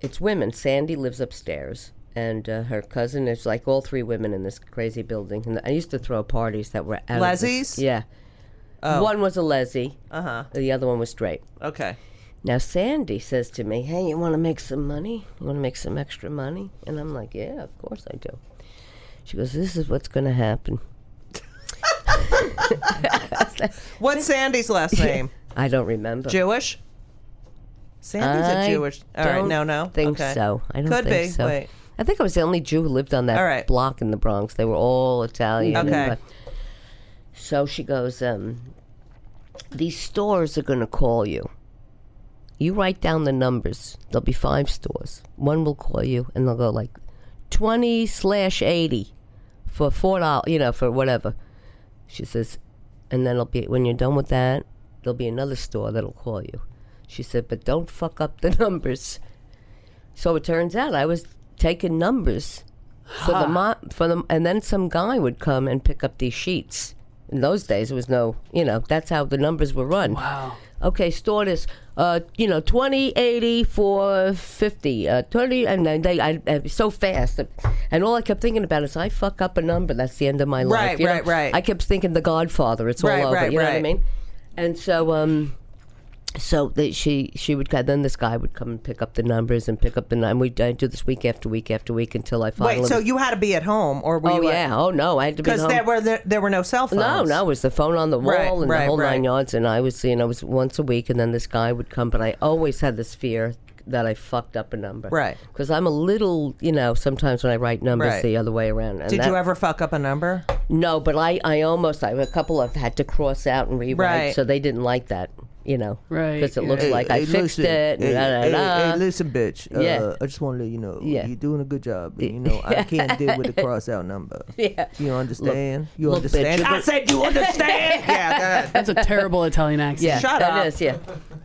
it's women. Sandy lives upstairs. And uh, her cousin is like all three women in this crazy building. And I used to throw parties that were out of
Lesbies?
this, yeah. One was a lessee. Uh huh. The other one was straight.
Okay.
Now Sandy says to me, "Hey, you want to make some money? You want to make some extra money?" And I'm like, "Yeah, of course I do." She goes, "This is what's going to happen."
What's Sandy's last name?
I don't remember.
Jewish? Sandy's
I
a Jewish. All right,
don't
no, no.
Think
Okay.
so? I don't
Could
think
be.
so.
Wait.
I think I was the only Jew who lived on that
All right.
block in the Bronx. They were all Italian. and-
Okay.
but- so she goes, um, "These stores are going to call you. You write down the numbers. There'll be five stores. One will call you, and they'll go like twenty slash eighty for four dollars. You know, for whatever." She says, and then it'll be when you're done with that, there'll be another store that'll call you. She said, but don't fuck up the numbers. So it turns out I was taking numbers for the mo- for the, and then some guy would come and pick up these sheets. In those days, it was no, you know, that's how the numbers were run.
wow.
Okay, store this, uh, you know, 20, 80 for 50, uh, 20, and then they, I, I, so fast. And all I kept thinking about is I fuck up a number, that's the end of my life.
Right,
you know?
right, right.
I kept thinking The Godfather, it's
Right,
all over,
right,
you know what I
right.
mean? And so, um, so they, she she would then this guy would come and pick up the numbers and pick up the number. We I do this week after week after week until I finally.
Wait, so you had to be at home, or were
oh
you? uh,
yeah, oh no, I had to be
Because
home.
there were there, there were no cell phones.
No, no, it was the phone on the wall
Right,
and
right,
the whole
right.
nine yards. And I was, you know, it was once a week, and then this guy would come. But I always had this fear that I fucked up a number,
Right.
Because I'm a little, you know, sometimes when I write numbers
Right.
the other way around. And
Did
that-
you ever fuck up a number?
No, but I, I almost, I a couple of had to cross out and rewrite,
Right.
so they didn't like that, you know,
Right,
Because it
yeah.
looks like I fixed it. and da, da, da.
listen, bitch. Uh,
Yeah.
I just want to let you know
Yeah.
you're doing a good job. And, you know, I can't deal with the cross out number.
Yeah.
You understand? you
look, bitch,
understand?
you're
I said you understand.
yeah. go ahead.
That's a terrible Italian accent.
Yeah,
Shut
that
up.
is, yeah.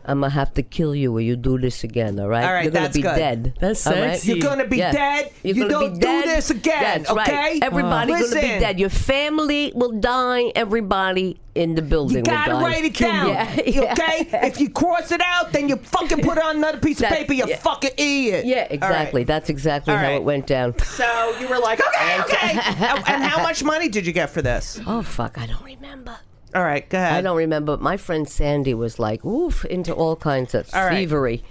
I'm gonna have to kill you or you do this again. All right,
All right,
you're gonna
that's
be
good.
dead.
That's
all right?
sexy.
You're gonna be
Yeah.
dead.
You're
you
gonna
don't
be
do
dead.
this again.
That's
okay.
Right. Everybody
Listen,
gonna be dead. Your family will die. Everybody in the building
You
will die.
gotta write it down.
Yeah, yeah.
Okay? If you cross it out, then you fucking put it on another piece of
That-
paper, you
yeah.
fucking idiot.
Yeah, exactly. That's exactly
All
how
right.
it went down.
So you were like, okay, okay. and and how much money did you get for this?
Oh fuck, I don't remember.
All right, go ahead.
I don't remember. My friend Sandy was like, oof, into all kinds of
All right.
thievery.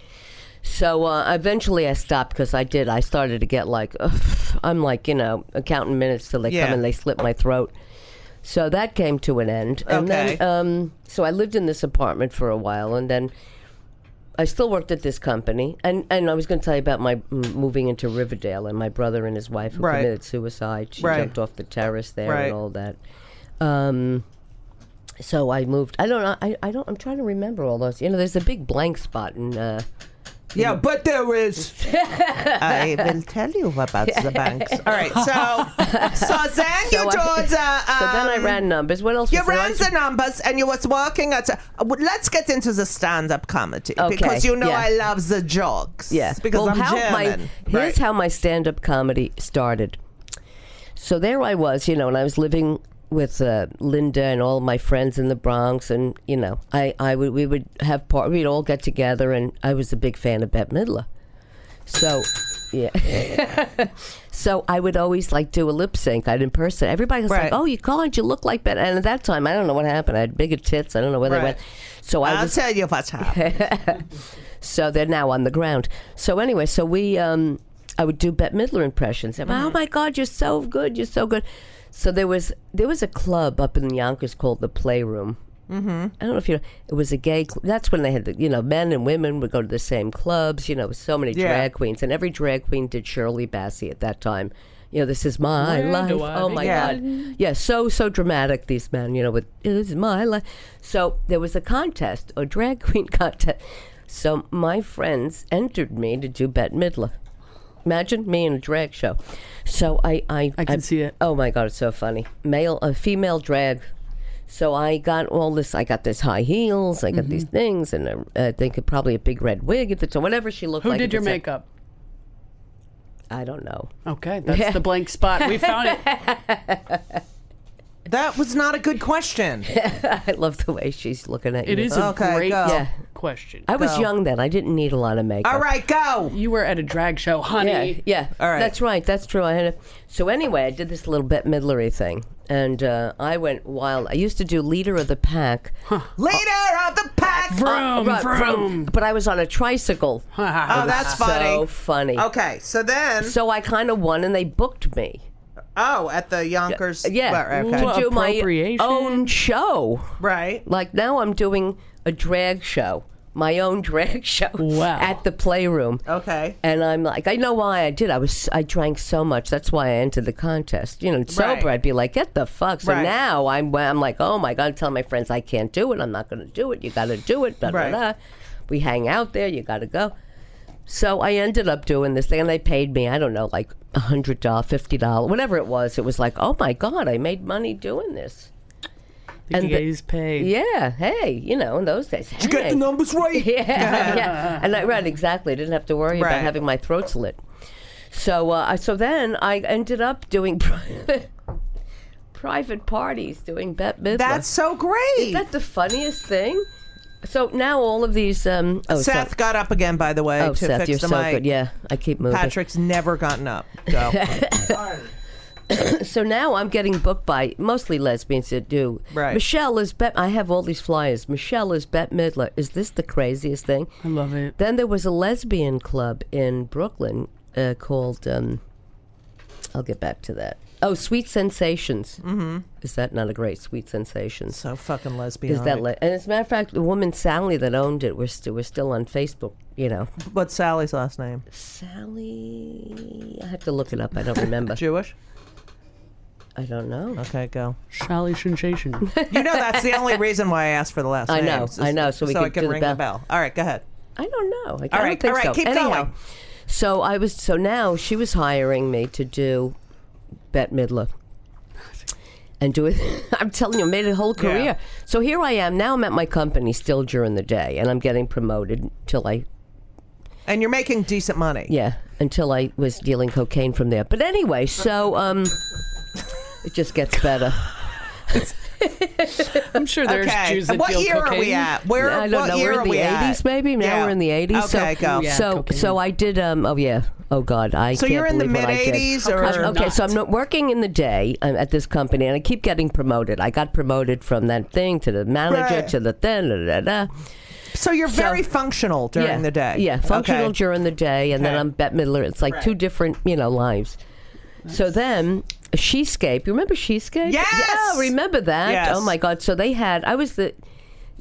So uh, eventually I stopped because I did. I started to get like, ugh, I'm like, you know, accounting minutes till they
Yeah.
come and they slit my throat. So that came to an end. And
Okay.
then, um, so I lived in this apartment for a while and then. I still worked at this company, and, and I was going to tell you about my mm, moving into Riverdale and my brother and his wife who
Right.
committed suicide. She
Right.
jumped off the terrace there
Right.
and all that. Um, So I moved. I don't know. I, I don't. I'm trying to remember all those. You know, there's a big blank spot in. Uh,
Yeah, but there is.
I will tell you about the banks.
All right, so so then you
So I-
told. Uh,
so then I
um,
ran numbers. What else?
You
was there?
ran the numbers and you was working at. A, uh, let's get into the stand-up comedy
Okay,
because you know
yeah.
I love the jokes.
Yeah.
because
Well,
I'm
how
German.
my-
Right.
here's how my stand-up comedy started. So there I was, you know, and I was living with uh, Linda and all my friends in the Bronx, and you know, I, I would we would have part, we'd all get together, and I was a big fan of Bette Midler. So, yeah. so I would always like do a lip sync. I'd impersonate. Everybody was
Right.
like, "Oh, you can't. You look like Bette." And at that time, I don't know what happened. I had bigger tits. I don't know where
Right.
they went. So I
I'll
was
tell you what's happened.
so they're now on the ground. So anyway, so we, um, I would do Bette Midler impressions. And, Oh my God, you're so good, you're so good. So there was there was a club up in Yonkers called the Playroom. Mm-hmm. I don't know if you know. It was a gay. Cl- that's when they had the you know men and women would go to the same clubs. You know, so many
Yeah.
drag queens, and every drag queen did Shirley Bassey at that time. You know, this is my
Where
life.
do I
oh my
begin?
God. Yeah, so so dramatic these men, you know, with this is my life. So there was a contest, a drag queen contest. So my friends entered me to do Bette Midler. Imagine me in a drag show. So I I,
I can see it.
Oh my god, it's so funny. Male a female drag. So I got all this. I got this high heels. I got these
Mm-hmm.
things, and uh, I think probably a big red wig. at the time, whatever she looked
Who
like. at
did your
the time.
makeup?
I don't know.
Okay, that's the blank spot. We found it.
that was not a good question.
I love the way she's looking at
It
you.
is a
Okay,
great
go.
Yeah.
question.
I was
Go.
young then. I didn't need a lot of makeup.
All right, go.
you were at a drag show, honey.
Yeah, yeah.
All right.
That's right. That's true. I had a, so anyway, I did this little Bette Midlery thing, and uh, I went wild. I used to do leader of the pack.
Leader of the pack.
Vroom,
Uh, Right,
vroom.
But I was on a tricycle.
Oh, that's
So
funny.
funny.
Okay, so then,
So I kind of won, and they booked me.
oh, at the Yonkers,
Yeah,
right, okay.
Ooh.
to do my
Appropriation.
own show.
right.
Like now, I'm doing a drag show, my own drag show
Wow.
at the Playroom.
Okay.
And I'm like, I know why I did. I was, I drank so much. That's why I entered the contest. You know, sober,
Right.
I'd be like, get the fuck. So
Right.
now I'm, I'm like, oh my god, I tell my friends I can't do it. I'm not going to do it. You got to do it. Blah,
Right.
blah, blah. We hang out there. You got to go. So I ended up doing this thing, and they paid me. I don't know, like a hundred dollars, fifty dollars, whatever it was. It was like, oh my god, I made money doing this.
The
And the-
gays paid.
Yeah, hey, you know, in those days, did
Get the numbers right.
yeah, yeah. And I right exactly. I didn't have to worry
Right.
about having my throat slit. So uh, I- so then I ended up doing private, private parties, doing Bette Midler.
That's so great.
Isn't that the funniest thing. So now all of these. Um, oh,
Seth
Seth.
got up again, by the way,
Oh,
to
Seth,
fix
you're
the
so
mic.
good. Yeah, I keep moving.
Patrick's never gotten up. Go.
So now I'm getting booked by mostly lesbians that do.
Right.
Michelle is Bette. I have all these flyers. Michelle is Bette Midler. Is this the craziest thing?
I love it.
Then there was a lesbian club in Brooklyn uh, called. Um, I'll get back to that. Oh, Sweet Sensations. Mm-hmm. Is that not a great Sweet Sensations?
so fucking lesbian.
Is that le- and as a matter of fact, the woman Sally that owned it was st- was still on Facebook. You know,
What's Sally's last name?
Sally. I have to look it up. I don't remember.
Jewish?
I don't know.
Okay, go.
Shelly sensation.
You know that's the only reason why I asked for the last
I
name.
know, I know, so we
so
could
I can
do the
ring
bell.
the bell. All right, go ahead.
I don't know. I,
All
I
right,
don't think
all right,
so.
keep
Anyhow,
going.
so I was so now she was hiring me to do Bette Midler. And do it. I'm telling you, I made a whole career. So here I am. Now I'm at my company still during the day, and I'm getting promoted till I
And you're making decent money.
yeah, until I was dealing cocaine from there. But anyway, so um, it just gets better.
I'm sure there's
Okay.
Jews that
and what
deal
year
cocaine.
are we at? Where?
I don't
what
know.
Year
We're
are
in the
we at?
80s, maybe. Now
Yeah.
we're in the 80s.
Okay,
so,
go.
Yeah,
so,
cocaine.
so I did. Um. Oh yeah. Oh God. I.
So
can't
you're in the
believe what I did.
mid-80s
Okay,
or-
I'm- okay. So I'm not working in the day um, at this company, and I keep getting promoted. I got promoted from that thing to the manager
Right.
to the thing. Da, da, da.
So you're very functional during
yeah.
the day.
Yeah, functional
Okay.
during the day, and
Okay.
then I'm Bette Midler. It's like two different, you know, lives. So then, Shescape. You remember Shescape?
Yes!
Yeah, remember that?
Yes.
Oh my God! So they had. I was the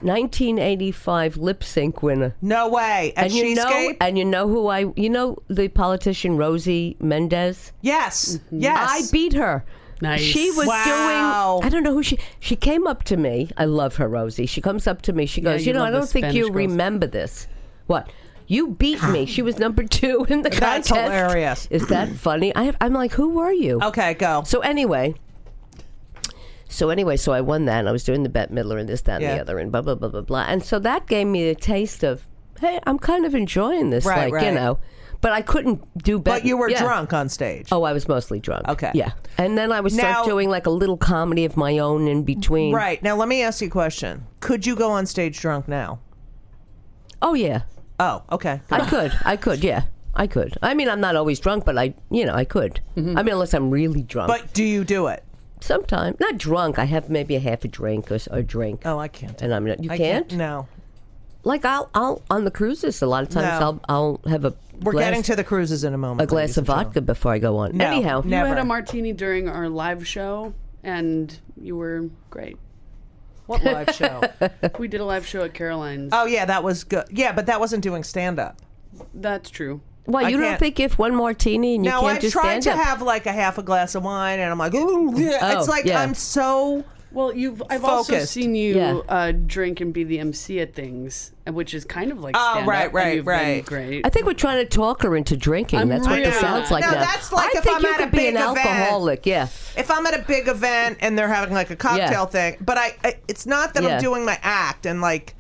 1985 lip sync winner.
No way. At
And you know,
Cheesecake?
and you know who I, you know the politician Rosie Mendez.
yes. Yes.
Mm-hmm. I beat her.
Nice.
She was
Wow.
doing. I don't know who she. She came up to me. I love her, Rosie. She comes up to me. She goes,
you
"You know,
love
I
the
don't think
Spanish
you
girls."
remember this. What? You beat me. She was number two in the
That's
contest.
hilarious. Oh.
Is that funny? I, I'm like, who were you?
Okay, go.
So anyway, so anyway, so I won that, and I was doing the Bette Midler and this, that, and
Yeah.
the other, and blah blah blah blah blah. And so that gave me a taste of, hey, I'm kind of enjoying this,
Right,
like
right.
you know. But I couldn't do better.
but you were
yeah.
drunk on stage.
Oh, I was mostly drunk.
Okay.
Yeah. And then I would start
Now-
doing like a little comedy of my own in between.
Right. Now let me ask you a question. Could you go on stage drunk now?
Oh, yeah.
Oh, okay.
I could. I could. Yeah. I could. I mean, I'm not always drunk, but I, you know, I could. I mean, unless I'm really drunk.
Mm-hmm. But do you do it?
sometimes, not drunk. I have maybe a half a drink or, s- or a drink.
Oh, I can't.
And I'm not. You
I
can't?
No.
Like I'll, I'll on the cruises a lot of times.
No.
I'll, I'll have a.
We're
glass,
getting to the cruises in a moment.
a glass
ladies
of
and gentlemen.
vodka before I go on.
No,
Anyhow,
You
never.
had a martini during our live show, and you were great.
What live show?
We did a live show at Caroline's.
oh yeah, that was good. Yeah, but that wasn't doing stand up.
That's true.
why
I
you don't
can't-
think if one martini and you
Now
can't
I've
just
tried
stand
to
up?
have like a half a glass of wine, and I'm like, Ooh, yeah.
Oh,
it's like
yeah.
I'm so
Well, you've I've also
Focused.
seen you
Yeah.
uh, drink and be the MC at things, and which is kind of like
Oh,
stand-up,
right,
and
right,
you've been
right.
great.
I think we're trying to talk her into drinking.
I'm
that's what
really
this sounds
not.
like
No,
now.
that's like
I
if
think
I'm
you
at
could
a
be an
big event.
alcoholic. Yeah,
if I'm at a big event and they're having like a cocktail thing, but I, I it's not that
Yeah.
I'm doing my act and like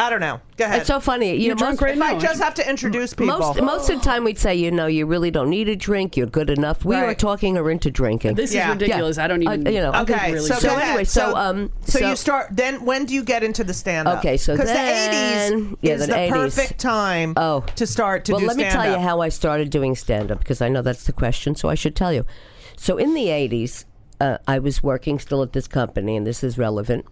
I don't know. Go ahead.
it's so funny. You
You're
know,
drunk
most,
right
if I
No,
just have to introduce people.
most most of the time we'd say, you know, you really don't need a drink. You're good enough. We were
Right.
talking her into drinking.
this
Yeah.
is ridiculous. I don't
I-
even.
you know, I
okay,
really
so,
should.
go
So
ahead.
anyway, so, um,
so,
so-
you start then. When do you get into the stand up?
Okay, so
because the
then-
eighties
yeah,
is
the
the
80s.
perfect time
Oh.
to start to
well,
do
let me tell you
stand-up.
how I started doing stand up because I know that's the question, so I should tell you. So in the 80s, uh, I was working still at this company, and this is relevant,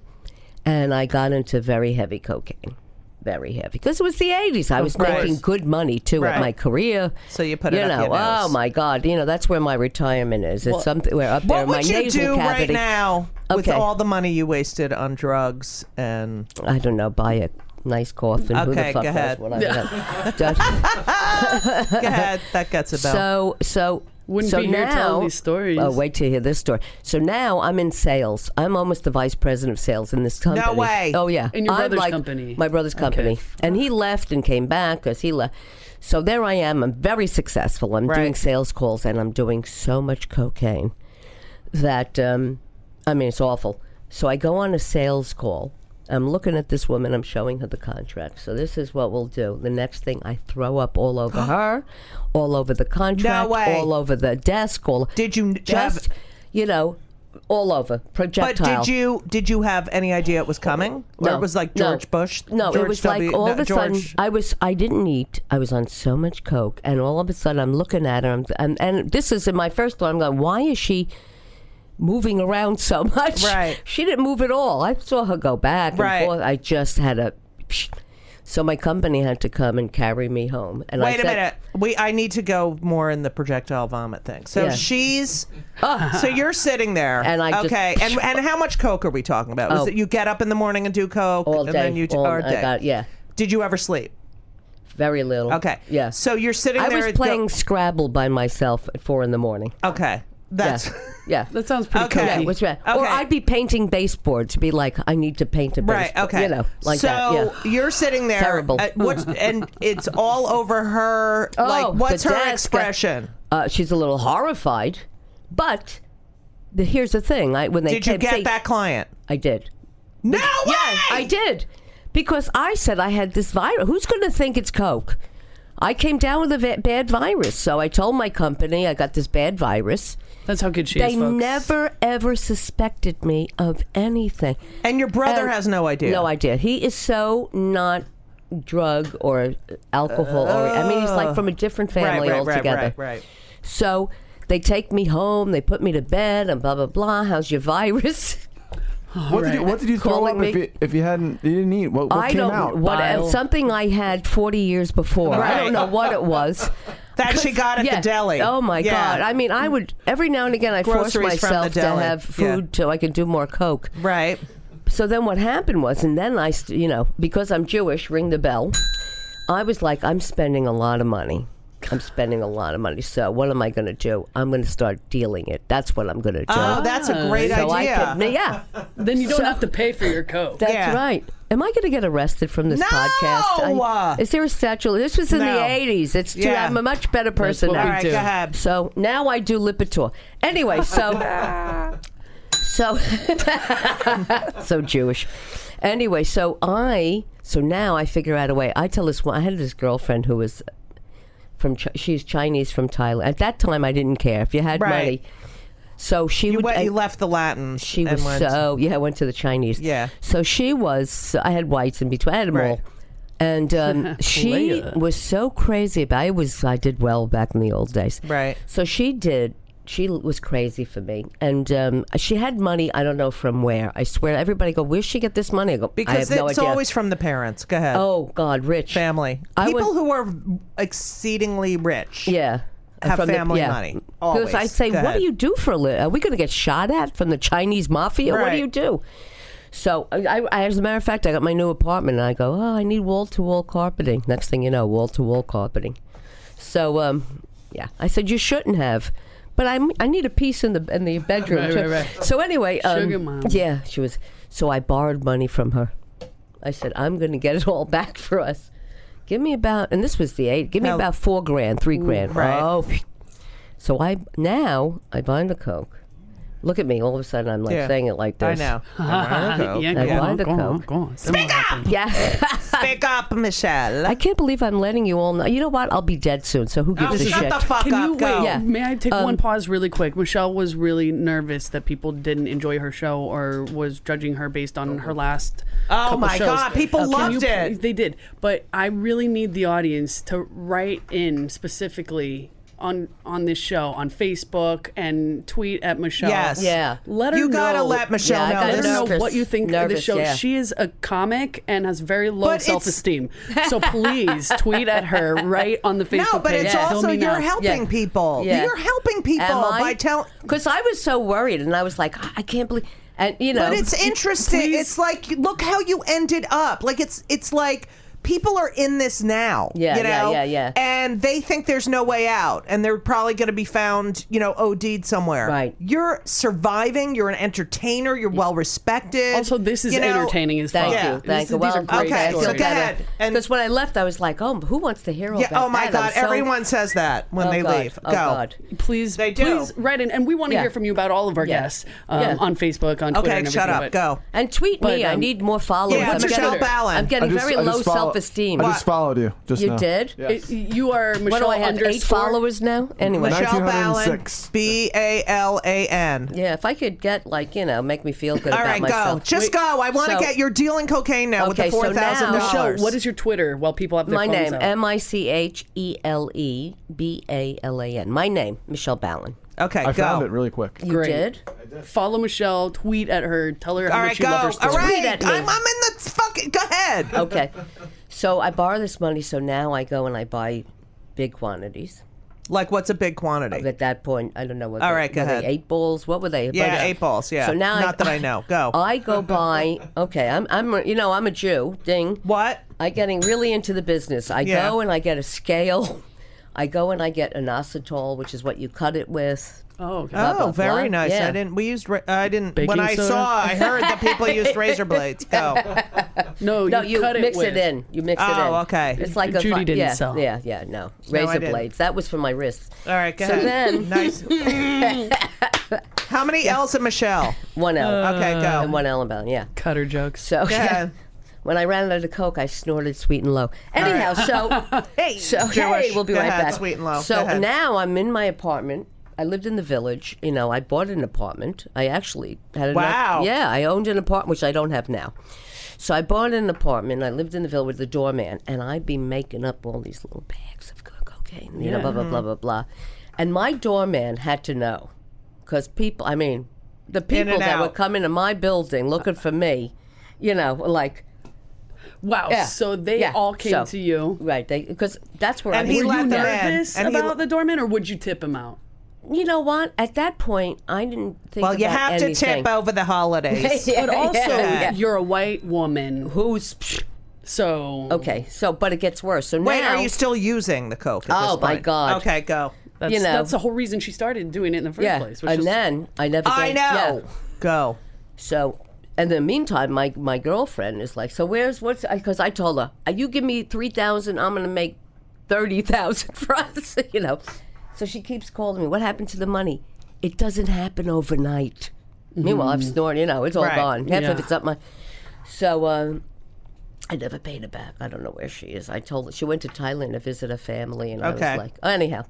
and I got into very heavy cocaine. Very heavy because it was the 80s. I was
course.
making good money too at
Right.
my career.
So you put it
you
up
know,
your nose.
oh my God, you know that's where my retirement is. It's something where up there,
What
in my
would you
nasal
do right
cavity.
now with
Okay.
all the money you wasted on drugs and
I don't know, buy a nice coffin. Who the
Okay,
fuck
go
knows
ahead.
what I'm gonna- Just-
Go ahead, that gets a bell.
So so
Wouldn't
so
be
now,
here telling these stories.
Oh, wait till you hear this story. So now I'm in sales. I'm almost the vice president of sales in this company.
way.
Oh yeah.
In your
I'm
brother's
like-
company.
My brother's company, and he left and came back because he left. So there I am. I'm very successful. I'm
Right.
doing sales calls, and I'm doing so much cocaine that um, I mean it's awful. So I go on a sales call. I'm looking at this woman. I'm showing her the contract. So this is what we'll do. The next thing, I throw up all over her, all over the contract,
way.
all over the desk. All
Did you n-
just,
have-
you know, all over
but
projectile?
did you did you have any idea it was coming? Or
No,
it was like
no.
George Bush?
No,
George
it was
W-
like all
no,
of a
George,
sudden I was I didn't eat. I was on so much coke, and all of a sudden I'm looking at her, and, and, and this is in my first thought. I'm going, why is she moving around so much?
Right.
She didn't move at all. I saw her go back and
Right.
forth. I just had a. So my company had to come and carry me home. And I
Wait a
said-
minute. We I need to go more in the projectile vomit thing. So
Yeah.
she's so you're sitting there,
And I just-
okay. and and how much coke are we talking about? Was
Oh.
it you get up in the morning and do coke,
All
and
day.
then you do
all,
or
I
day?
got- yeah,
Did you ever sleep?
very little.
Okay.
Yeah.
So you're sitting
I
there.
was
and go-
playing Scrabble by myself at four in the morning.
okay.
Yeah.
That's
yeah.
that sounds pretty
Okay.
Yeah,
Kooky.
what's right? Or
Okay.
I'd be painting baseboards. Be like, I need to paint a
right.
baseboard.
Okay.
You know, like
so
that. Yeah.
you're sitting there.
Terrible.
at what's- and it's all over her. like,
Oh,
what's
the
her
desk.
expression?
Uh, she's a little horrified, but the, here's the thing: I when they
Did you
kept
get
saying-
that client?
I did.
No way.
I did because I said I had this virus. Who's going to think it's coke? I came down with a va- bad virus, so I told my company I got this bad virus.
That's how good she is.
They
folks.
never ever suspected me of anything.
And your brother
And-
has no idea.
Um, Oh, No idea. He is so not drug or alcohol or I mean he's like from a different
Oh. Right,
family
right, right,
altogether.
right, right.
So they take me home, they put me to bed and blah blah blah. How's your virus?
What did you What did you throw
Calling
up if
me-
you, if you hadn't you didn't eat? What, what
I
came
don't
out?
what
Bile.
something I had 40 years before. I
Right.
don't know what it was.
That she got at
yeah.
the deli.
Oh my
Yeah.
god. I mean, I would every now and again I force
Groceries from the
myself to
deli.
have
Yeah.
food so I can do more coke.
Right.
So then what happened was, and then I, st- you know, because I'm Jewish, ring the bell. I was like, I'm spending a lot of money. I'm spending a lot of money. So what am I going to do? I'm going to start dealing it. That's what I'm going to do.
Oh, that's a great
so I
idea.
can, yeah,
Then you don't have to pay for your coat.
that's
Yeah.
right. Am I going to get arrested from this
No!
podcast? I- is there a statute? This was in
No.
the 80s. It's too,
Yeah.
I'm a much better person
what
now.
we
All right,
do.
go ahead.
So now I do Lipitor. Anyway, so so so Jewish. Anyway, so I so now I figure out a way. I tell this one. I had this girlfriend who was from Chi- she's Chinese from Thailand. At that time, I didn't care if you had
Right.
money. So she
You,
would.
went,
and
you left the Latin.
she
and
was
went-
so yeah. I went to the Chinese.
Yeah.
So she was. so I had whites in between. I had them
Right.
all. And um, she
Leia.
was so crazy. About, I was. I did well back in the old days.
Right.
So she did. She l- was crazy for me, and um, she had money. I don't know from where. I swear, everybody go. Where's she get this money? I go. I
Because
have no
it's
idea.
always from the parents. Go ahead.
oh God, rich
family.
I
People
would-
who are exceedingly rich.
Yeah.
Have
From the-
family
yeah.
money. Always.
Because I say,
Go
what
ahead.
do you do for a living? Are we going to get shot at from the Chinese mafia? What
Right.
do you do? So, I, I, as a matter of fact, I got my new apartment, and I go, oh, I need wall to wall carpeting. Next thing you know, wall to wall carpeting. So, um, yeah, I said you shouldn't have, but I I need a piece in the in the bedroom.
Right,
too."
right, right.
So anyway, um,
Sugar mama.
yeah, she was. So I borrowed money from her. I said, I'm going to get it all back for us. Give me about, and this was the eight. Give me
Now-
about four grand, three grand.
right.
Oh, phew. so I now I buy the coke. Look at me! All of a sudden, I'm like
Yeah.
saying it like
I
this.
know.
yeah,
I
go on,
wanted a
go on,
Coke.
go on. Speak up.
Yeah,
Speak up, Michelle.
I can't believe I'm letting you all know. You know what? I'll be dead soon. So who gives
Oh,
a
shut
shit?
the fuck
Can
up.
you wait?
go.
Yeah. Um,
May I take one pause really quick? Michelle was really nervous that people didn't enjoy her show or was judging her based on her last.
Oh
couple
my
shows. Uh,
God, people
can
loved
you-
it.
They did, but I really need the audience to write in specifically. On, on this show on Facebook and tweet at Michelle.
Yes.
Yeah.
Let her
You gotta
know-
let Michelle
Yeah, I
know.
gotta
let her
this.
know.
know what you think of the
Nervous,
show.
yeah.
She is a comic and has very
But
low
it's-
self esteem. So please tweet at her right on the Facebook
No, but
page.
it's
Kill
also
me
you're
now.
helping people. You're helping people by telling.
Because I was so worried, and I was like, I can't believe. And you know,
But it's interesting.
please-
It's like look how you ended up. Like it's it's like people are in this now.
Yeah,
you
yeah,
know?
yeah, yeah.
And they think there's no way out, and they're probably going to be found, you know, OD'd somewhere.
Right.
You're surviving. You're an entertainer. You're well respected.
Also, this is
you know,
entertaining as fuck.
Thank
Yeah.
you. Thank
This-
you.
These
Well,
are great
Okay, so
stories.
go ahead. And-
Because when I left, I was like, oh, who wants to hear all
Yeah,
about
oh my
that?
God!
I'm so-
Everyone says that when
Oh,
they
God.
leave.
Oh,
Go.
God.
Please,
They do.
please write in, and we want to
Yeah.
hear from you about all of our
Yeah.
guests um,
Yeah.
on Facebook, on Twitter.
Okay,
and
shut
everything,
up.
but-
Go.
And tweet
But,
me. I
um,
need more followers.
Yeah,
I'm
Michelle
getting,
Balin.
I'm
I
getting
just-
very
I just
low
follow-
self-esteem.
I just followed you. Just
you
now.
did?
It- you are Michelle
What do I have? Eight
underscore-
followers now? Anyway.
Michelle Ballin,
1906.
B A L A N.
Yeah, if I could get, like, you know, make me feel good
All
about
right,
myself.
go. Just
Wait,
go. I want to
so-
get your dealing cocaine now with the
Okay, so
four
now-
thousand
Michelle,
dollars.
What is your Twitter while people have their
My
phones
name,
out?
M I C H E L E B A L A N. My name, Michelle Ballin.
okay?
I
go.
found it really quick.
You
Great.
did?
Follow Michelle, tweet at her, tell her
All
how
right,
much
go.
you love her
All
story.
right,
Tweet at me.
I'm, I'm in the fucking. Go ahead.
Okay. so I borrow this money, so now I go and I buy big quantities.
Like, what's a big quantity?
At that point, I don't know what.
All
they-
right, go
were they
ahead.
eight balls. What were they?
Yeah,
But-
eight balls, yeah.
So now,
Not that I know. Go.
I go by. Okay, I'm. I'm. a- You know, I'm a Jew. Ding.
What?
I getting really into the business. I
Yeah.
go and I get a scale. I go and I get an acetol, which is what you cut it with.
Oh, okay.
Oh,
blah,
very
blah.
nice. I
Yeah.
didn't. We used. ra- I didn't. when
Baking
I
soda?
saw, I heard that people used razor blades. Go.
no,
No, you,
cut it
mix it,
with-
in. You mix it in.
Oh, okay.
It's like a
Judy
fi-
didn't
yeah,
sell.
Yeah, yeah, no.
No, I
Razor
didn't.
blades. That was for my wrists.
All right, go
So
ahead.
then-
nice. How many L's in Michelle?
One L.
Okay, go.
And one L and Bell, yeah.
Cutter jokes.
So
ahead.
when I ran out of coke, I snorted sweet and low. Anyhow, so
Hey,
so hey, we'll be
Go
right
ahead,
back.
Sweet and low. Go
So
ahead.
now I'm in my apartment. I lived in the village. You know, I bought an apartment. I actually had enough.
Wow.
Yeah, I owned an apartment, which I don't have now. So I bought an apartment. I lived in the village with the doorman, and I'd be making up all these little bags of co- cocaine. You know, blah blah blah blah blah. And my doorman had to know, because people. I mean, the people
and
that were
out.
coming to my building looking for me, you know, like
wow.
yeah.
So they
Yeah,
all came
so-
to you.
right? They because that's where
And
I
he
was
Were you
let them in.
nervous
And he-
about the doorman, or would you tip him out?
You know what? At that point, I didn't think.
Well, you
about
have to
anything.
tip over the holidays.
Yeah,
But also,
yeah.
you're a white woman.
who's
So
Okay, so but it gets worse. So
Wait,
now
are you still using the coke? At
Oh,
this
my
point?
God.
Okay, go.
you
that's,
know,
that's the whole reason she started doing it in the first
yeah.
place. was
and
just-
then I never.
I
gave-
know.
yeah.
Go.
So, in the meantime, my my girlfriend is like, so where's what's? Because I told her, "Uh, you give me three thousand, I'm gonna make thirty thousand for us, you know. So she keeps calling me. What happened to the money? It doesn't happen overnight. Meanwhile, I've snored. You know, it's all
Mm-hmm. Right.
gone. Half of
Yeah.
it's up my. So. um I never paid her back. I don't know where she is. I told her she went to Thailand to visit her family, and I
Okay.
was like, anyhow.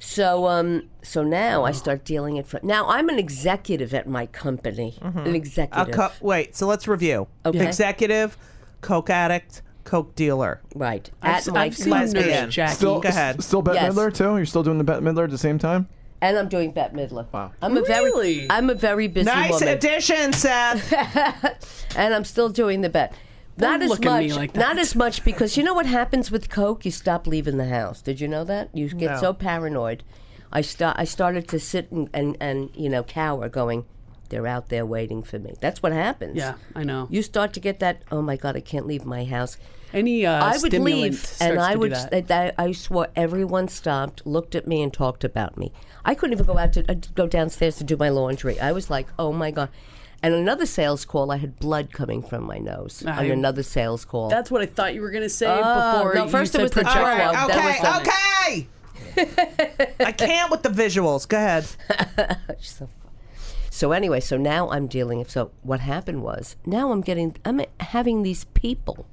So, um, so now I start dealing it from. Now I'm an executive at my company.
Mm-hmm.
An
A
executive,
co- wait, so let's review.
Okay.
Executive, coke addict, coke dealer.
right?
I've,
At
se-
my
I've seen
company.
lesbian.
Nurse Jackie.
Still,
Go ahead.
s- still Bette
Yes.
Midler too. You're still doing the Bette Midler at the same time.
and I'm doing Bette Midler.
Wow.
I'm a very,
Really?
I'm a very busy
Nice
woman,
addition, Seth.
and I'm still doing the bet. Not
Don't
as
look at
much,
me like
not
that.
as much, because you know what happens with coke? You stop leaving the house. Did you know that? You get so paranoid. I start, I started to sit and, and and you know cower, going, they're out there waiting for me. That's what happens.
Yeah, I know.
You start to get that. Oh my God, I can't leave my house.
Any uh,
I would
stimulant
leave,
starts
and I
to do
would. uh,
that.
I, I- I swore everyone stopped, looked at me, and talked about me. I couldn't even go out to uh, go downstairs to do my laundry. I was like, oh my god. And another sales call, I had blood coming from my nose.
I-
on another sales call.
that's what I thought you were gonna say before.
Oh, no,
you
first it
said
was the
projectile.
All right,
Well, that was something.
okay, okay. I can't with the visuals. Go ahead.
So anyway, so now I'm dealing. So what happened was now I'm getting. I'm having these people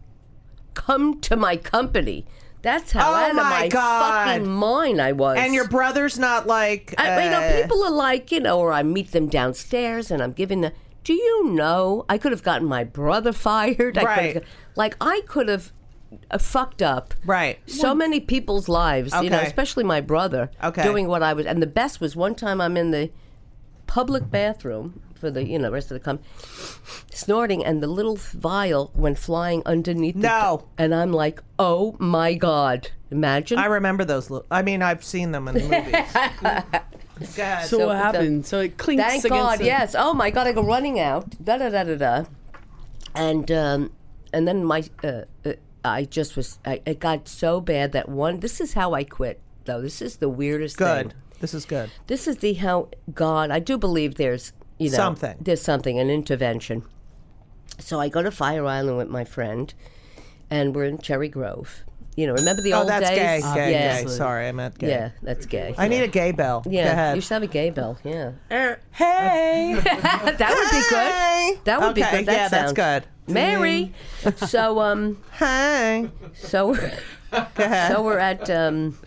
come to my company. That's how
Oh
out of
my
my
God.
fucking mind I was.
And your brother's not like.
I, you
uh,
know, people are like, you know, or I meet them downstairs and I'm giving them. Do you know? I could have gotten my brother fired. I could have
Right.
got- like I could have uh, fucked up.
Right.
So many people's lives, you know,
Okay.
especially my brother.
Okay.
Doing what I was, and the best was one time I'm in the public bathroom for the you know rest of the com, snorting, and the little vial went flying underneath.
No.
The, and I'm like, oh my god! Imagine.
I remember those. Lo- I mean, I've seen them in the movies. Go ahead.
So,
So
what
the-
happened? so it clinks
Thank
against.
God,
the-
yes. Oh my God, I go running out. Da da da da da. And um, and then my uh, uh, I just was I, it got so bad that one. This is how I quit though. This is the weirdest
good.
thing.
This is good.
This is the how God. I do believe there's you know
Something.
There's something an intervention. So I go to Fire Island with my friend, and we're in Cherry Grove. You know, remember the
Oh,
old
that's
days?
gay. Gay,
yeah,
gay. Sorry, I meant gay.
yeah, that's gay.
I need a gay bell. Go
Yeah,
ahead.
you should have a gay bell. Yeah,
Hey.
that would be
Hey.
good. That would
Okay,
be good. That
yeah, that's
sounds-
good. Mm.
Mary. so um,
Hey.
so so we're at um,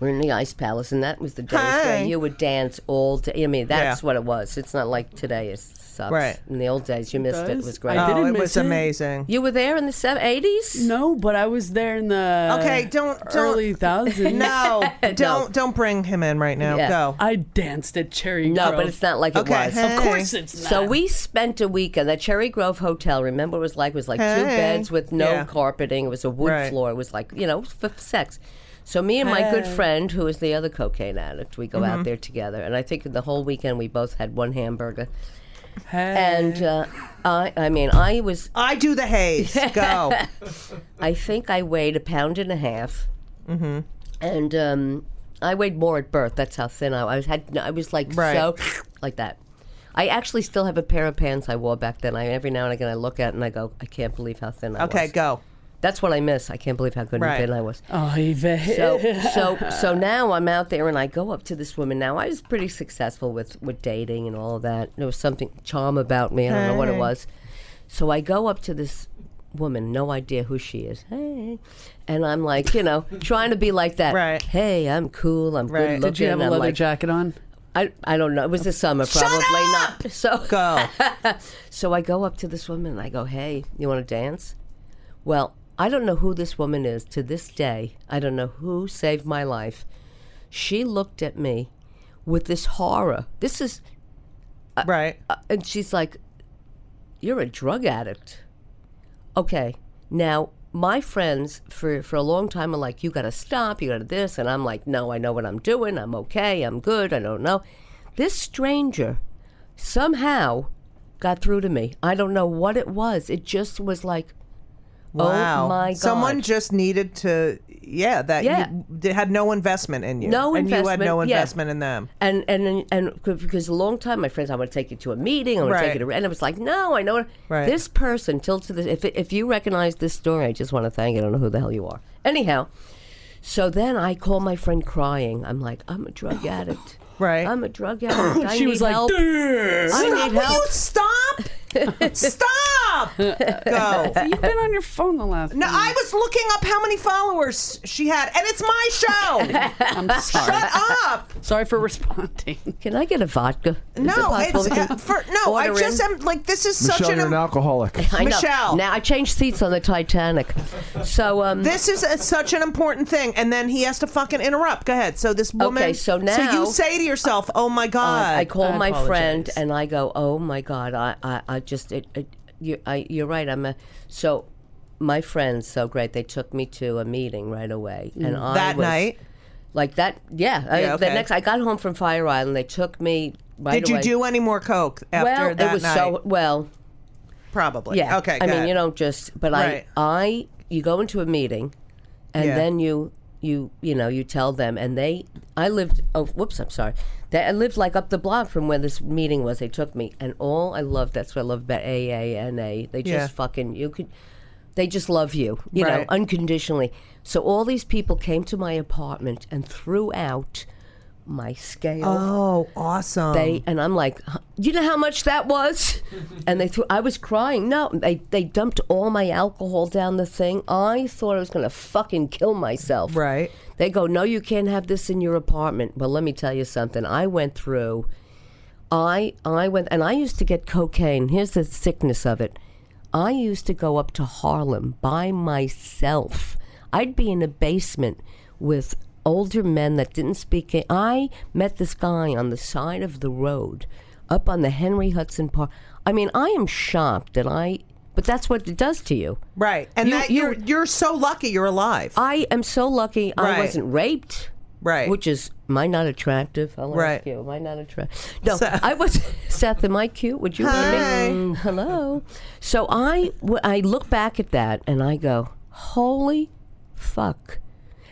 we're in the Ice Palace, and that was the days
Hi.
where you would dance all day. I mean, that's
Yeah.
what it was. It's not like today. It sucks.
Right.
In the old days, you missed it. It
does?
was great.
I
Oh,
didn't
it
miss
was
it.
amazing.
You were there in the sev- 80s?
No, but I was there in the
Okay, don't- don't-
early thousands.
No, don't don't bring him in right now.
Yeah.
Go.
I danced at Cherry
No,
Grove.
but it's not like
Okay.
it was.
hey.
Of course, it's not.
So we spent a week at the Cherry Grove Hotel. Remember, it was like it was like two
Hey.
beds with no
Yeah.
carpeting. It was a wood
Right.
floor. It was like you know for sex. So me and my good friend, who is the other cocaine addict, we go
Mm-hmm.
out there together, and I think the whole weekend we both had one hamburger. And uh, I, I mean, I was,
I do the haze. Go.
I think I weighed a pound and a half, mm-hmm. and um, I weighed more at birth. That's how thin I was. I, was- had, I was like
Right.
so, like that. I actually still have a pair of pants I wore back then. I every now and again I look at it and I go, I can't believe how thin I was.
Okay, go.
That's what I miss. I can't believe how good
Right.
and thin I was.
Oh, Eva.
So, so, so now I'm out there and I go up to this woman. Now I was pretty successful with with dating and all of that. There was something charm about me. I don't know what it was. So I go up to this woman, no idea who she is. Hey, and I'm like, you know, trying to be like that.
Right.
Hey, I'm cool. I'm
Right.
good looking.
Did
Did you have a
I'm
leather
like,
jacket on?
I, I don't know. It was the summer, probably not. So
Go.
so I go up to this woman and I go, "Hey, you want to dance?" Well, I don't know who this woman is to this day. I don't know who saved my life. She looked at me with this horror. This is
Right.
uh, and she's like, "You're a drug addict." Okay, now my friends for for a long time are like, "You got to stop. You got to this," and I'm like, "No, I know what I'm doing. I'm okay. I'm good. I don't know." This stranger somehow got through to me. I don't know what it was. It just was like,
Wow.
Oh my god.
Someone just needed to, yeah, that
Yeah.
you they had no investment in you.
No
and you had no
investment, yeah.
investment in them.
and and and because a long time my friends, I want to take you to a meeting, I want to
Right.
take you to, and I was like, no, I know what-
Right.
this person. Till to this, if if you recognize this story, I just want to thank. you. I don't know who the hell you are. Anyhow, so then I call my friend crying. I'm like, I'm a drug addict.
Right.
I'm a drug addict. I
she
need
was like,
help. I
"Dude,
Stop!
need
Will you
help.
stop? stop! Go.
you've been on your phone the last.
No, I was looking up how many followers she had, and it's my show.
I'm sorry.
Shut up!
Sorry for responding.
Can I get a vodka? Is it
No,
possible
it's
to
uh, for no. I
order
just
in?
am like this is
Michelle,
such an.
you're an alcoholic.
I know.
Michelle.
Now I changed seats on the Titanic. So um.
this is a, such an important thing, and then he has to fucking interrupt. Go ahead. So this woman.
Okay, so now- uh,
you say to yourself, "Oh my god!"
I call
I
my friend
apologize.
and I go, "Oh my God, I, I, I just, it, it, you, I, you're right. I'm a so." My friends, so great. They took me to a meeting right away,
Mm.
and I
that
was-
night.
like that, yeah. I,
Yeah,
The
okay.
next, I got home from Fire Island. They took me right
Did you
away.
do any more coke after
well?
that
it was
night?
so well.
Probably.
Yeah.
Okay.
I
go
mean,
ahead.
you don't just. But
Right.
I, I, you go into a meeting, and
Yeah.
then you, you, you know, you tell them, and they. I lived. Oh, whoops! I'm sorry. They, I lived like up the block from where this meeting was. They took me, and all I love. That's what I love about AA and A. They just
Yeah.
fucking you could. They just love you, you
Right.
know, unconditionally. So all these people came to my apartment and threw out my scale.
Oh, awesome.
They and I'm like, "Huh, you know how much that was? And they threw. I was crying. No, they they dumped all my alcohol down the thing. I thought I was gonna fucking kill myself.
Right.
They go, no, you can't have this in your apartment. Well, let me tell you something. I went through. I I went and I used to get cocaine. Here's the sickness of it. I used to go up to Harlem by myself. I'd be in a basement with older men that didn't speak. Eng- I met this guy on the side of the road, up on the Henry Hudson Park. I mean, I am shocked that I. But that's what it does to you.
Right. And
You-
that
you-
you're you're so lucky you're alive.
I am so lucky
Right.
I wasn't raped.
Right.
Which is, am I not attractive? I'll
Right.
ask you. Am I not attractive? No,
Seth.
I was. Seth, am I cute? Would you
Hi.
let me? Hello. So I, w- I look back at that and I go, holy fuck.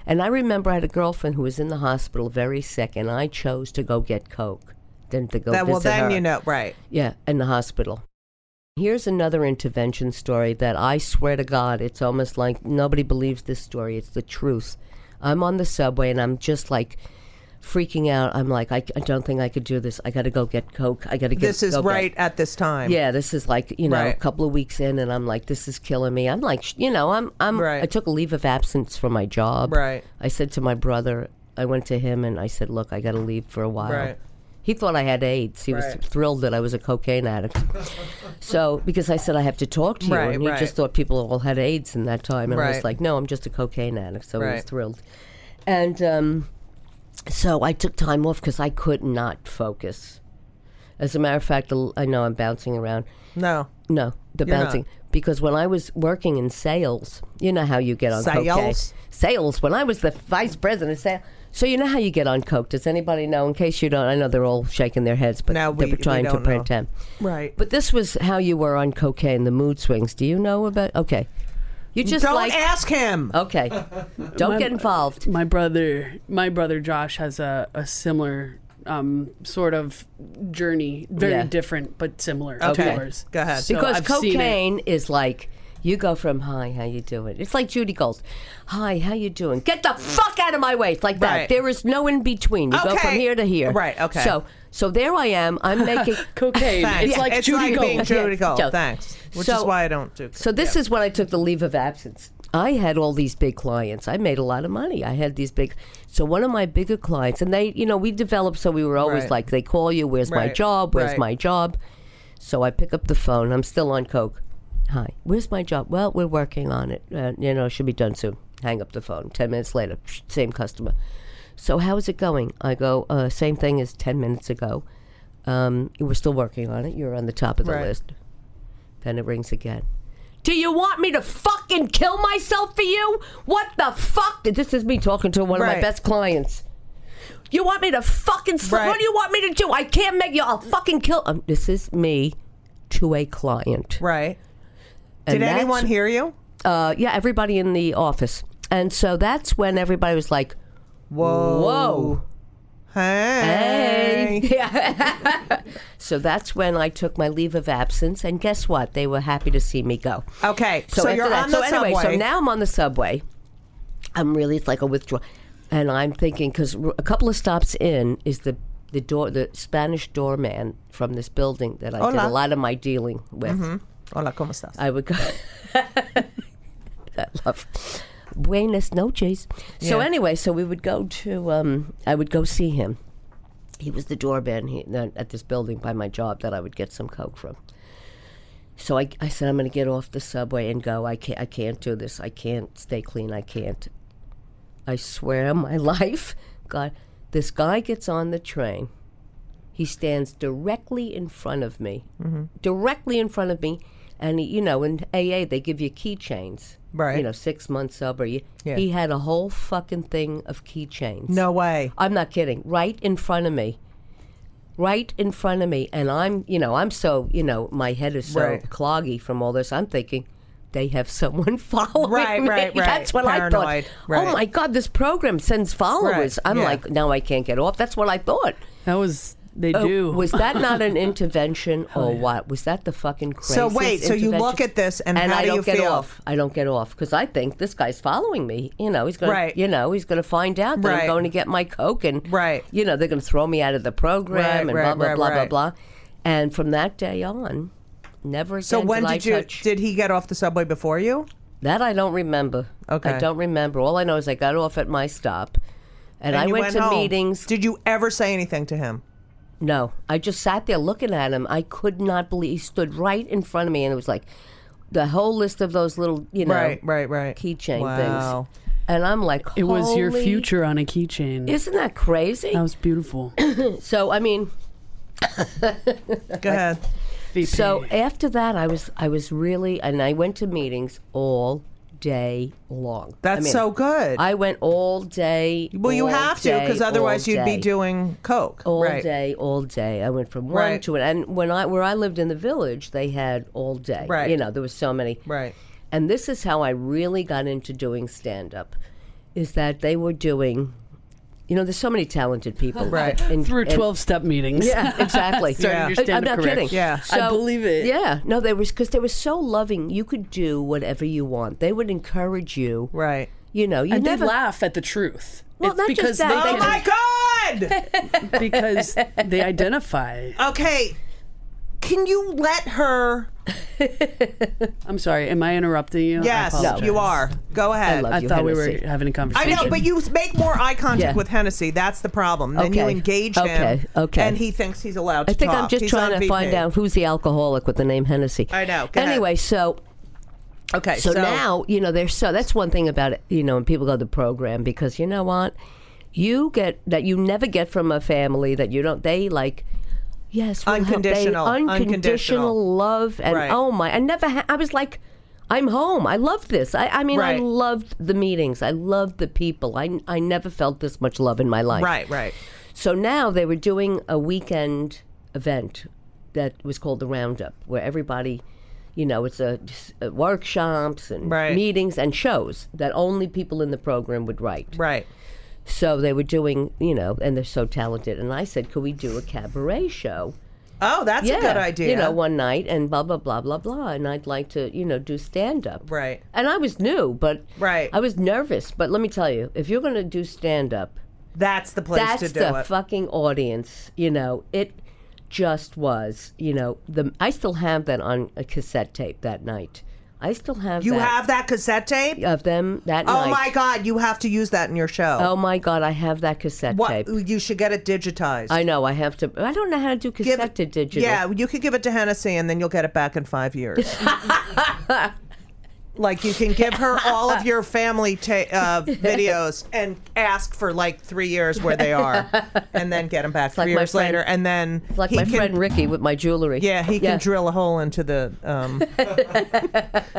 And I remember I had a girlfriend who was in the hospital very sick, and I chose to go get coke than to go
that,
visit
well, then
her.
you know. Right.
Yeah, in the hospital. Here's another intervention story that I swear to God, it's almost like nobody believes this story. It's the truth. I'm on the subway and I'm just like freaking out. I'm like, I, I don't think I could do this. I got to go get Coke. I got to get
This is
go get-
right at this time.
yeah, this is like you know a
Right.
couple of weeks in, and I'm like, this is killing me. I'm like, sh- you know, I'm I'm.
Right.
I took a leave of absence from my job.
Right.
I said to my brother, I went to him and I said, look, I got to leave for a while.
Right.
He thought I had AIDS. He
Right.
was thrilled that I was a cocaine addict. so because I said I have to talk to you,
Right,
and he
right.
just thought people all had AIDS in that time, and I
Right.
was like, no, I'm just a cocaine addict. So he was
Right.
thrilled, and um, so I took time off because I could not focus. As a matter of fact, the- I know I'm bouncing around.
No.
No, the
You're not.
bouncing. Because when I was working in sales, you know how you get on coke.
Sales?
Sales. When I was the vice president of sales, so you know how you get on coke. Does anybody know? In case you don't, I know they're all shaking their heads, but
No, we-
they're
we
trying to
don't know.
pretend.
Right.
But this was how you were on cocaine. The mood swings. Do you know about? Okay, you just
don't
like Oh,
ask him.
okay. Don't
My-
get involved.
my brother my brother josh has a, a similar um, sort of journey very
Yeah.
different but similar
Okay.
to yours
Go ahead.
So
Because
I've seen it.
cocaine is like you go from hi, how you doing? It's like Judy Gold. Hi, how you doing? Get the fuck out of my way. It's like that.
Right.
There is no in between. You go from
Okay.
here to here.
Right, okay.
So so there I am. I'm making
cocaine
Thanks.
it's like
it's
judy
like
gold
being Judy
Yeah,
Gold.
Joe.
Thanks. Which is
So-
why I don't do.
So this is when I took the leave of absence. I had all these big clients. I made a lot of money. I had these big. So one of my bigger clients, and they, you know, we developed. So we were always
Right.
like, they call you, where's my
Right.
job? Where's
Right.
my job? So I pick up the phone. I'm still on coke. Hi, where's my job? Well, we're working on it. Uh, you know, it should be done soon. Hang up the phone. Ten minutes later, psh, same customer. So how is it going? I go, uh, same thing as ten minutes ago. Um, we're still working on it. You're on the top of the
Right.
list. Then it rings again. Do you want me to fucking kill myself for you? What the fuck? This is me talking to one of
Right.
my best clients. You want me to fucking. Sl-
Right.
What do you want me to do? I can't make you. I'll fucking kill. Um, this is me to a client.
Right.
And
Did anyone
that's-
hear you?
uh, yeah, everybody in the office. And so that's when everybody was like,
Whoa.
whoa.
Hey.
So that's when I took my leave of absence. And guess what? They were happy to see me go.
Okay, so,
after
you're
that-
on the
so anyway,
subway.
So now I'm on the subway. I'm really it's like a withdrawal, and I'm thinking because a couple of stops in is the the door the Spanish doorman from this building that I did
Hola. Mm-hmm.
a lot of my dealing with.
Hola, ¿cómo estás?
I would go. I love Buenas noches. So
Yeah.
anyway, so we would go to. Um, I would go see him. He was the doorman he, then at this building by my job that I would get some coke from. So I, I said I'm going to get off the subway and go. I can't. I can't do this. I can't stay clean. I can't. I swear on my life, God, this guy gets on the train. He stands directly in front of me,
Mm-hmm.
directly in front of me, and he, you know, in AA they give you keychains,
Right.
You know, six months sober. You,
Yeah.
He had a whole fucking thing of keychains.
no way.
I'm not kidding. Right in front of me. Right in front of me. And I'm, you know, I'm so, you know, my head is so
Right.
cloggy from all this. I'm thinking, they have someone following
Right,
me.
right, right.
That's what I
Paranoid.
thought.
Right.
Oh my God, this program sends followers.
Right,
I'm
yeah.
like, now I can't get off. That's what I thought.
That was they
Oh,
do.
Was that not an intervention or what? Was that the fucking craziest
So wait, so you
intervention?
look at this and
and
how
I
do
don't
you
get
feel?
off. I don't get off because I think this guy's following me. You know, he's gonna,
Right.
you know, he's gonna find out that
Right.
I'm going to get my coke, and
Right.
you know, they're gonna throw me out of the program,
Right,
and
right,
blah blah
right,
blah
right.
blah blah. And from that day on, never again.
So when
did I
did you
touch-
did he get off the subway before you?
that I don't remember.
Okay.
I don't remember. All I know is I got off at my stop, and, I
you
went, to
home.
meetings.
Did you ever say anything to him?
No, I just sat there looking at him. I could not believe he stood right in front of me, and it was like the whole list of those little, you know,
Right, right, right.
keychain
Wow.
things. And I'm like,
it was your
"Holy-
future on a keychain.
Isn't that crazy?
that was beautiful.
So I mean,
Go ahead.
VP.
so after that, I was I was really, and I went to meetings all day long. I
That's
mean,
so good.
I went all day.
well, you
all
have to
day,
because otherwise
all
you'd be
day.
doing coke.
all
right.
day, all day. I went from one
Right.
to an, and when I where I lived in the village, they had all day.
Right.
You know, there was so many.
Right.
And this is how I really got into doing stand up, is that they were doing, you know, there's so many talented people.
Right.
in-
through
in-
twelve step meetings.
yeah, exactly.
Starting your
I- I'm
stand-up
not
career.
kidding.
Yeah.
I believe it.
Yeah, no, they was because they were so loving. You could do whatever you want. They would encourage you.
Right.
You know, you
and
never
they laugh at the truth.
Well,
it's
not just
because
that,
they
Oh
they just-
my god.
because they identify.
okay. Can you let her?
I'm sorry, am I interrupting you? I
Yes,
apologize.
you are. Go ahead.
love
I
you,
thought we were
Hennessy.
having a
I
conversation.
know, but you make more eye contact
Yeah.
with Hennessy. That's the problem. Then you
Okay.
engaged
Okay,
him,
okay.
and he thinks he's allowed to
I think I'm
talk.
just
He's
trying
on
to find
VP.
out who's the alcoholic with the name Hennessy.
I know. Go ahead.
Anyway, so
Okay,
so, now you know there's so that's one thing about it you know when people go to the program because you know what you get that you never get from a family that you don't they like yes we'll help. They-
Unconditional,
unconditional,
unconditional.
love and
Right.
oh my I never ha- I was like I'm home I love this I, I mean I
Right.
loved the meetings I loved the people I I never felt this much love in my life
right, right.
so now they were doing a weekend event that was called the Roundup, where everybody, you know, it's a, uh, workshops and
Right.
meetings and shows that only people in the program would write.
Right.
So they were doing, you know, and they're so talented. And I said, could we do a cabaret show?
Oh, that's a good idea.
You know, one night and blah blah blah blah blah, and I'd like to, you know, do stand up.
Right.
And I was new, but
Right.
I was nervous. But let me tell you, if you're going to do stand up,
that's the place
that's
to do
the
it.
fucking audience. You know, it just was. You know, the I still have that on a cassette tape that night. I still have
you
that
have that cassette tape?
of them that
oh
night.
my god, you have to use that in your show.
Oh my god, I have that cassette
what
tape.
you should get it digitized.
I know. I have to. I don't know how to do
Give
cassette
it-
to digital.
Yeah, you could give it to Hennessy, and then you'll get it back in five years. like you can give her all of your family ta- uh, videos and ask for like three years where they are, and then get them back three
like my
years
friend-
later, and then
It's like
he
my
can-
friend Ricky with my jewelry.
Yeah, he can drill a hole into the. Um,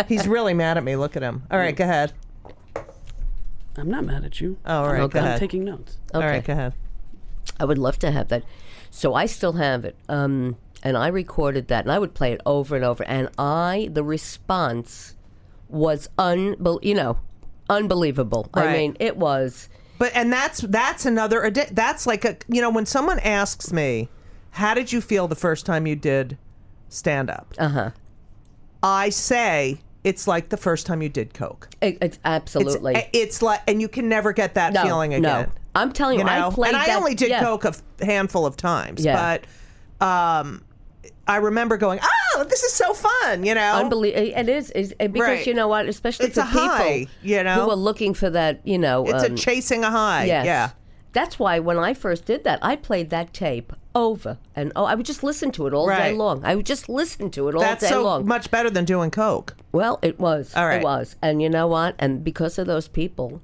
he's really mad at me. Look at him. All right, go ahead.
I'm not mad at you.
Oh, all right, go
Okay.
I'm
ahead.
taking notes.
All right, go ahead.
I would love to have that. So I still have it. Um, and I recorded that and I would play it over and over. And I, the response was unbel you know unbelievable. I
Right.
mean, it was.
But and that's that's another addi- that's like a you know when someone asks me, how did you feel the first time you did stand up? Uh
Uh-huh.
huh. I say it's like the first time you did coke.
It, it's
It's,
absolutely
it's like and you can never get that
no,
feeling again.
No. I'm telling you,
You know,
I played
and I
that-
only did
yeah.
coke a f- handful of times,
Yeah.
but um, I remember going, oh, this is so fun, you know.
Unbelievable. It is, is and because
Right.
you know what, especially
It's
for
a high,
people
you know?
who are looking for that, you know,
It's
um,
a chasing a high.
yes.
Uh, Yeah.
That's why when I first did that, I played that tape over and oh, I would just listen to it all
Right.
day long. I would just listen to it all
That's
day
so
long.
much better than doing coke.
Well, it was.
All right.
It was. And you know what? And because of those people,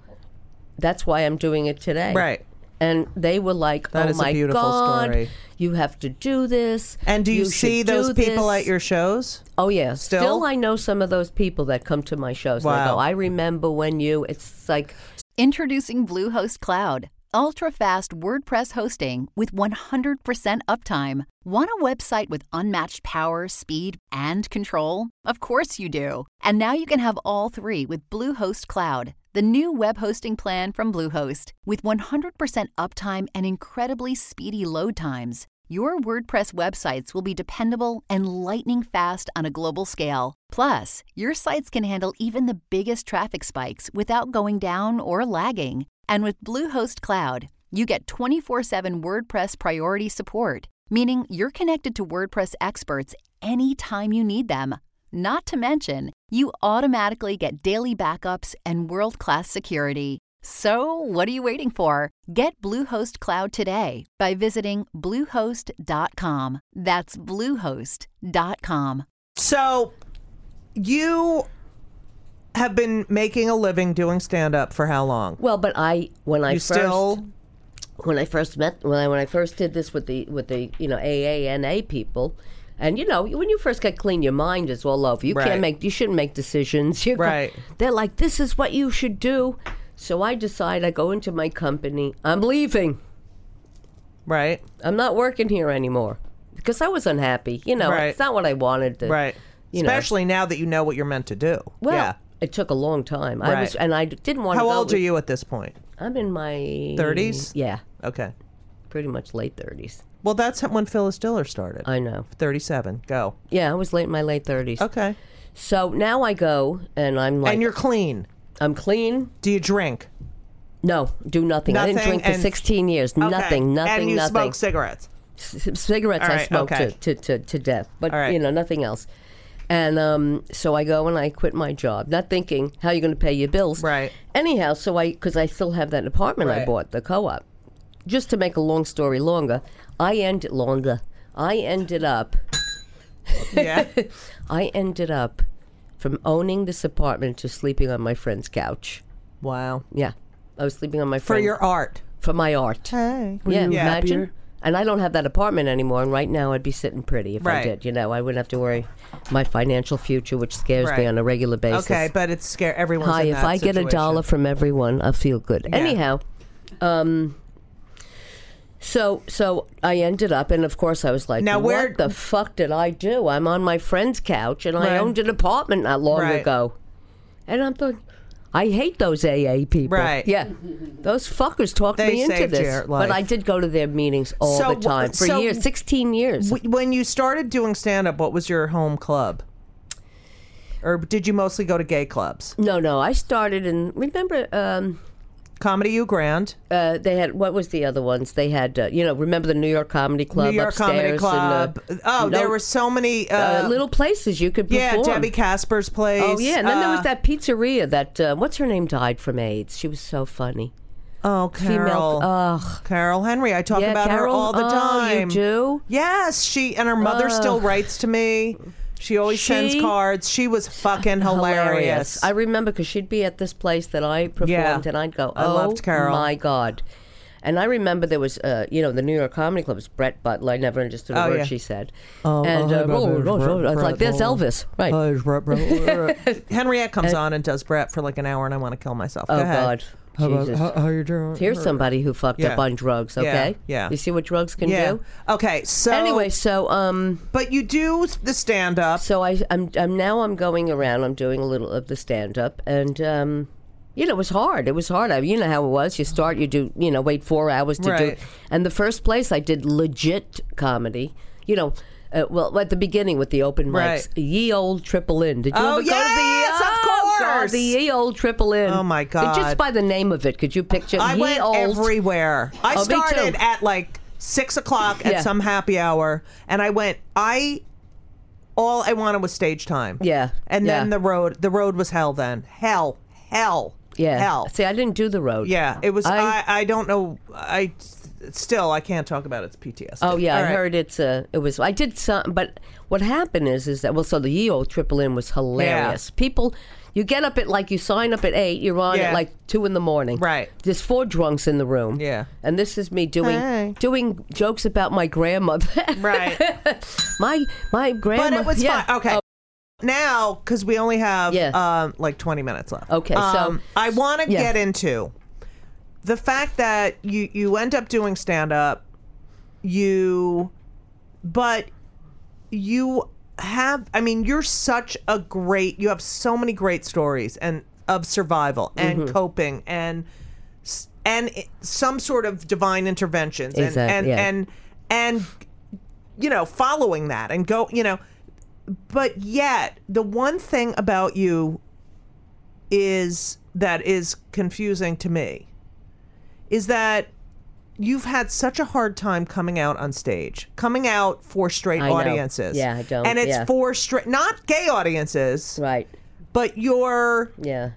that's why I'm doing it today.
Right.
And they were like,
That
"Oh
is a
my
beautiful
God,
story.
you have to do this."
And do you,
should
see those
do
people
this."
at your shows?
Oh yeah.
Still?
I know some of those people that come to my shows. And I
Wow.
go, I remember when you. It's like
Introducing Bluehost Cloud, ultra-fast WordPress hosting with 100% uptime. Want a website with unmatched power, speed, and control? Of course you do. And now you can have all three with Bluehost Cloud, the new web hosting plan from Bluehost with 100% uptime and incredibly speedy load times. Your WordPress websites will be dependable and lightning fast on a global scale. Plus, your sites can handle even the biggest traffic spikes without going down or lagging. And with Bluehost Cloud, you get 24/7 WordPress priority support, meaning you're connected to WordPress experts anytime you need them. Not to mention, you automatically get daily backups and world-class security. So, what are you waiting for? Get Bluehost Cloud today by visiting bluehost.com. That's bluehost.com.
So you have been making a living doing stand up for how long?
well, but I when I
you
first
still
when I first met when I when I first did this with the with the you know AANA people. And you know, when you first get clean, your mind is all over. You
Right.
can't make, you shouldn't make decisions. You go-
Right.
they're like, this is what you should do. So I decide, I go into my company. I'm leaving.
right?
I'm not working here anymore because I was unhappy. You know,
Right.
it's not what I wanted. To,
Right.
You know.
Especially now that you know what you're meant to do.
Well,
yeah.
it took a long time. I
Right.
was, and I didn't want. to
How
go
old are
with-
you at this point?
I'm in my
30s?
Yeah,
Okay.
pretty much late 30s.
Well, that's when Phyllis Diller started.
I know.
37. Go.
Yeah, I was late in my late 30s.
Okay.
So now I go and I'm like,
and you're clean.
I'm clean.
Do you drink?
No, do nothing. I didn't
Nothing
drink for
and-
16 years.
Okay.
Nothing, nothing,
And you
nothing.
smoke cigarettes.
c- cigarettes
All
I
right,
smoked
okay.
to, to, to, to death, but
All right.
you know nothing else. And um, so I go and I quit my job, not thinking how you're going to pay your bills.
Right.
Anyhow, so I because I still have that apartment I
Right.
bought, the co-op. Just to make a long story longer, I ended longer. I ended up.
Yeah.
I ended up from owning this apartment to sleeping on my friend's couch.
wow.
Yeah, I was sleeping on my
For
friend
your art.
for my art.
Hey.
Yeah,
Yeah.
imagine.
happier?
And I don't have that apartment anymore. And right now, I'd be sitting pretty if
Right.
I did. You know, I wouldn't have to worry my financial future, which scares
Right.
me on a regular basis.
Okay, but it's scare everyone's
Hi,
in
if
that
I get a
situation.
dollar from everyone, I'll feel good. Anyhow, um, so so I ended up, and of course, I was like,
Now,
"What
where-
the fuck did I do? I'm on my friend's couch, and
Right.
I owned an apartment not long
Right.
ago." And I'm thinking, I hate those AA people.
Right.
Yeah, those fuckers talked
They
me into
saved
this.
your life.
But I did go to their meetings all
So
the time
wh-
for
so
years, sixteen years.
Wh- when you started doing stand up, what was your home club? Or did you mostly go to gay clubs?
no, no, I started in. Remember, um,
Comedy U Grand,
uh, they had what was the other ones? They had uh, you know, remember the New York Comedy Club,
New York Comedy
upstairs and, uh,
Club. oh,
no-
there were so many. Uh,
uh, little places you could
yeah,
perform.
Debbie Casper's place.
Oh yeah, and then there was
uh,
that pizzeria that uh, what's her name died from AIDS. She was so funny.
Oh, Carol.
Female. Ugh.
Carol Henry. I talk
Yeah,
about her
Carol.
all the
Oh, you
time.
do?
Yes, she and her mother still writes to me. She always sends
She-
cards. She was fucking hilarious.
I remember because she'd be at this place that I performed,
Yeah.
and I'd go,
I
"Oh
loved Carol."
my god!" And I remember there was, uh, you know, the New York Comedy Club was Brett Butler. I never understood a
Oh,
word
yeah.
she said.
Oh,
and
oh, hi,
uh,
my name is
oh, oh,
Brett-
I was like,
Brett
"There's
Butler."
Elvis, right?"
Hi, it's Brett Brett- Brett- Brett.
Henriette comes on and does Brett for like an hour, and I want to kill myself. Go
Uh, oh
ahead.
God.
How about
Jesus.
how, how you doing?
Here's somebody who fucked up
Yeah.
on drugs.
Yeah,
Okay.
yeah.
You see what drugs can
Yeah.
do.
Okay. So
Anyway, so um,
but you do the stand up.
so I I'm, I'm now I'm going around. I'm doing a little of the stand up, and um, you know it was hard. It was hard. I, you know how it was. You start, you do, you know, wait four hours to
Right.
do. And the first place I did legit comedy. You know. Uh, well, at the beginning with the open mics,
Right.
ye old triple in. Did you
Oh,
ever
yes, of
go to the? Oh, God,
course.
the ye old triple in.
Oh, my
It-
God.
Just by the name of it, could you picture?
I
ye
went
old
everywhere. I
Oh, me too.
started at like six o'clock at
Yeah.
some happy hour, and I went. I all I wanted was stage time.
Yeah,
and then
yeah.
the road. The road was hell. Then hell, hell,
Yeah.
hell.
See, I didn't do the road.
yeah, it was. I,
I-
I don't know. I still I can't talk about it. it's PTSD.
Oh yeah,
All
I
right.
heard it's a. It was. I did some, but what happened is, is that well, so the ye old triple in was hilarious. People, you get up at like you sign up at eight, you're on
Yeah.
at like two in the morning.
Right.
There's four drunks in the room.
Yeah.
And this is me doing
Hey.
doing jokes about my grandmother.
Right.
my my grandma.
But it was
yeah.
fun. Okay.
Oh,
Now, because we only have
Yeah.
um, like 20 minutes left.
Okay, so-
Um, I want to
yeah.
get into the fact that you, you end up doing stand up, you, but you have, I mean, you're such a great, you have so many great stories and of survival and
Mm-hmm.
coping and, s- and it- some sort of divine interventions and,
Exact-
and,
yeah.
and, and, you know, following that and go, you know, but yet the one thing about you is that is confusing to me is that you've had such a hard time coming out on stage, coming out for straight
I know.
audiences.
Yeah, I don't-
And it's
yeah.
for straight, not gay audiences,
Right.
but you're
Yeah.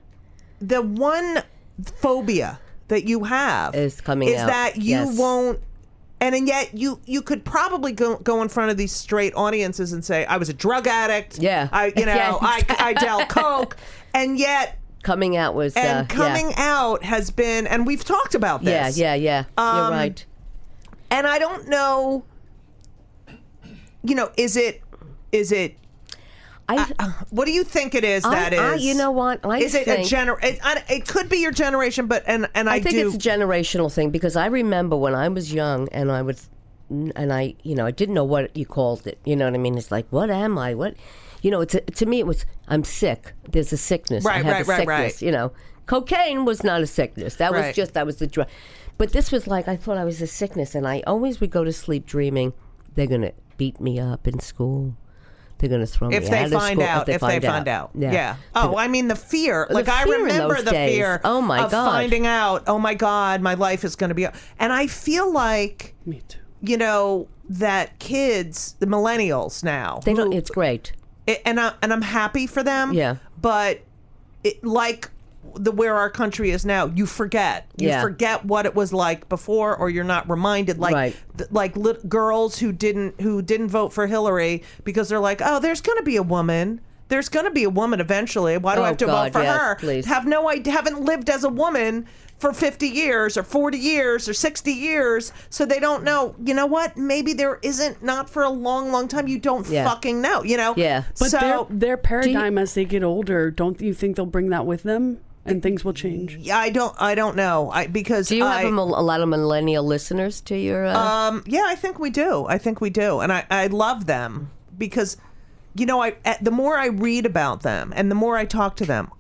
the one phobia that you have
Is coming
is
out,
that you
yes.
won't and and yet you you could probably go, go in front of these straight audiences and say i was a drug addict
Yeah.
i you know
Yes.
i i dealt coke and yet
Coming out was. uh,
and coming out has been and we've talked about
Yeah.
this
Yeah. Yeah. yeah.
Um,
you're right.
and i don't know you know is it is it
I.
what do you think it is that is
I- you know what? I
is it
think-
a gener it, I- it could be your generation but and and i,
I think
do
it's a generational thing because I remember when I was young and I would, and I, you know, I didn't know what you called it. You know what I mean? It's like, what am I? What, you know, it's a, to me it was I'm sick. There's a sickness. I
Right,
have
right,
a
right,
sickness.
right.
You know, cocaine was not a sickness. That
Right.
was just that was the drug. But this was like I thought I was a sickness, and I always would go to sleep dreaming they're gonna beat me up in school. They're gonna throw
if
me
they
out of
find
school
out, if they find out, yeah. Oh, I mean the fear. Like I
fear in
remember
those
the
days.
fear.
Oh, my
of
God.
finding out. Oh my god, my life is going to be. And I feel like
Me too.
you know that kids, the millennials now,
they don't.
who-
It's great.
it- and I and I'm happy for them.
Yeah.
But it, like the where our country is now, you forget. You
Yeah.
forget what it was like before, or you're not reminded. Like
Right.
th- like lit- girls who didn't who didn't vote for Hillary because they're like, oh, there's going to be a woman. There's going to be a woman eventually. Why do I
Oh,
have to vote
God,
for
yes,
her?
please.
Have no idea. Haven't lived as a woman for 50 years or 40 years or 60 years so they don't know you know what maybe there isn't not for a long long time you don't
Yeah.
fucking know you know
Yeah.
But
so
their, their paradigm as they get older, don't you think they'll bring that with them and things will change?
yeah, I don't I don't know. I because
Do you
I,
have a, mil- a lot of millennial listeners to your? Uh,
um yeah, I think we do. I think we do. And I I love them because you know, I eh, the more I read about them and the more I talk to them,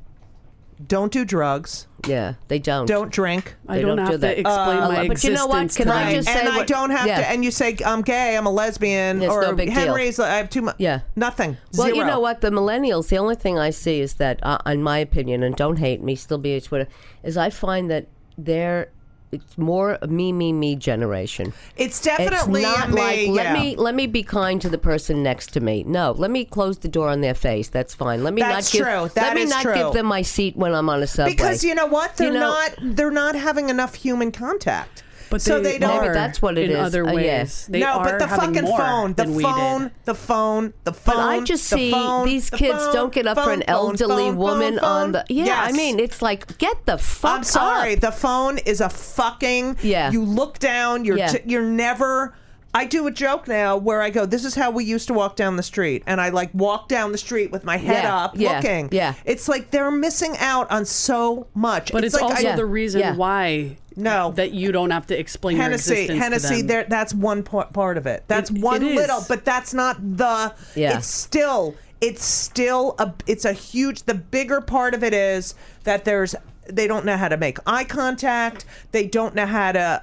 don't do drugs,
yeah, they don't.
don't drink.
I
They
don't,
don't
have
do
to
that.
explain
Uh,
my
but you
existence.
know what? Can
to
I
them.
just- say
and I
what-
don't have
yeah.
to and you say I'm gay, I'm a lesbian
It's
or
no big deal.
Henry's I have too much
Yeah.
nothing.
Well,
zero.
you know what? The millennials, the only thing I see is that, uh, in my opinion, and don't hate me, still be a Twitter, is I find that they're, it's more a me, me, me generation.
It's
It's
definitely
not
a me,
like let
yeah.
me let me be kind to the person next to me. No, let me close the door on their face. That's fine. Let me
That's
not give
true. That
let me
is
not
true.
give them my seat when I'm on a subway.
because you know what? They're
You know-
not they're not having enough human contact.
But
so
they,
they don't
Maybe
are
that's what it
in
is.
other
Uh,
ways.
yeah.
They
Oh, no,
are
but the
having
fucking
more
phone, the
than we did.
phone, the phone, the phone.
But I just
the
see
phone,
these
the
kids
phone,
don't get up for an
phone, phone,
elderly
phone,
woman
phone,
on the. Yeah, I
Yes.
mean, it's like get the fuck.
I'm sorry,
Up.
the phone is a fucking.
Yeah.
You look down. You're
Yeah.
t- you're never. I do a joke now where I go, "This is how we used to walk down the street," and I like walk down the street with my head
Yeah,
up,
yeah,
looking.
yeah.
it's like they're missing out on so much.
But it's,
like
also
I,
Yeah,
the reason
yeah.
why
No.
that you don't have to explain your
Hennessy,
existence
Hennessy.
to them.
There, that's one part, part of it. That's
It-
one
it is.
little, but that's not the.
Yeah.
It's still. It's still a. It's a huge. The bigger part of it is that there's. They don't know how to make eye contact. They don't know how to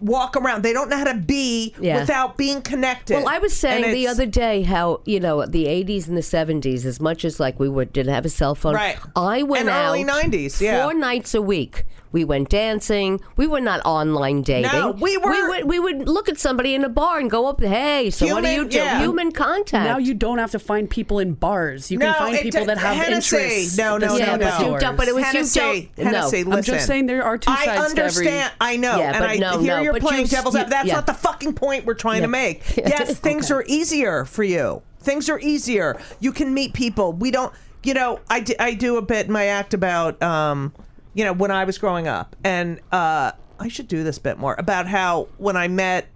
walk around. They don't know how to be
Yeah.
without being connected.
Well, I was saying
And
the
it's-
other day how you know the '80s and the '70s, as much as like we were didn't have a cell phone.
Right.
I went
And
out
early 90s, yeah.
four nights a week. We went dancing. We were not online dating.
we were-
We would, we would look at somebody in a bar and go up, "Hey, so what do
Human-
you do?
yeah.
Human contact."
Now you don't have to find people in bars. You
No,
can find
it
people
d-
that have
Hennessy.
interests.
No,
that
no,
yeah,
sell
no,
but
at
no.
you
bars.
don't. But it was
Hennessy,
you don't.
Hennessy,
no.
I'm just
listen.
saying there are two
I
sides to every-
understand. I know,
Yeah,
and
but
I
no,
hear
no,
you're
but
playing
you-
devil's
you-
advocate. That's
yeah.
not the fucking point we're trying
Yeah.
to make.
Yeah.
Yes, things are easier for you. Things are easier. You can meet people. We don't. You know, I, d- I do a bit in my act about um, you know, when I was growing up, and uh, I should do this bit more about how when I met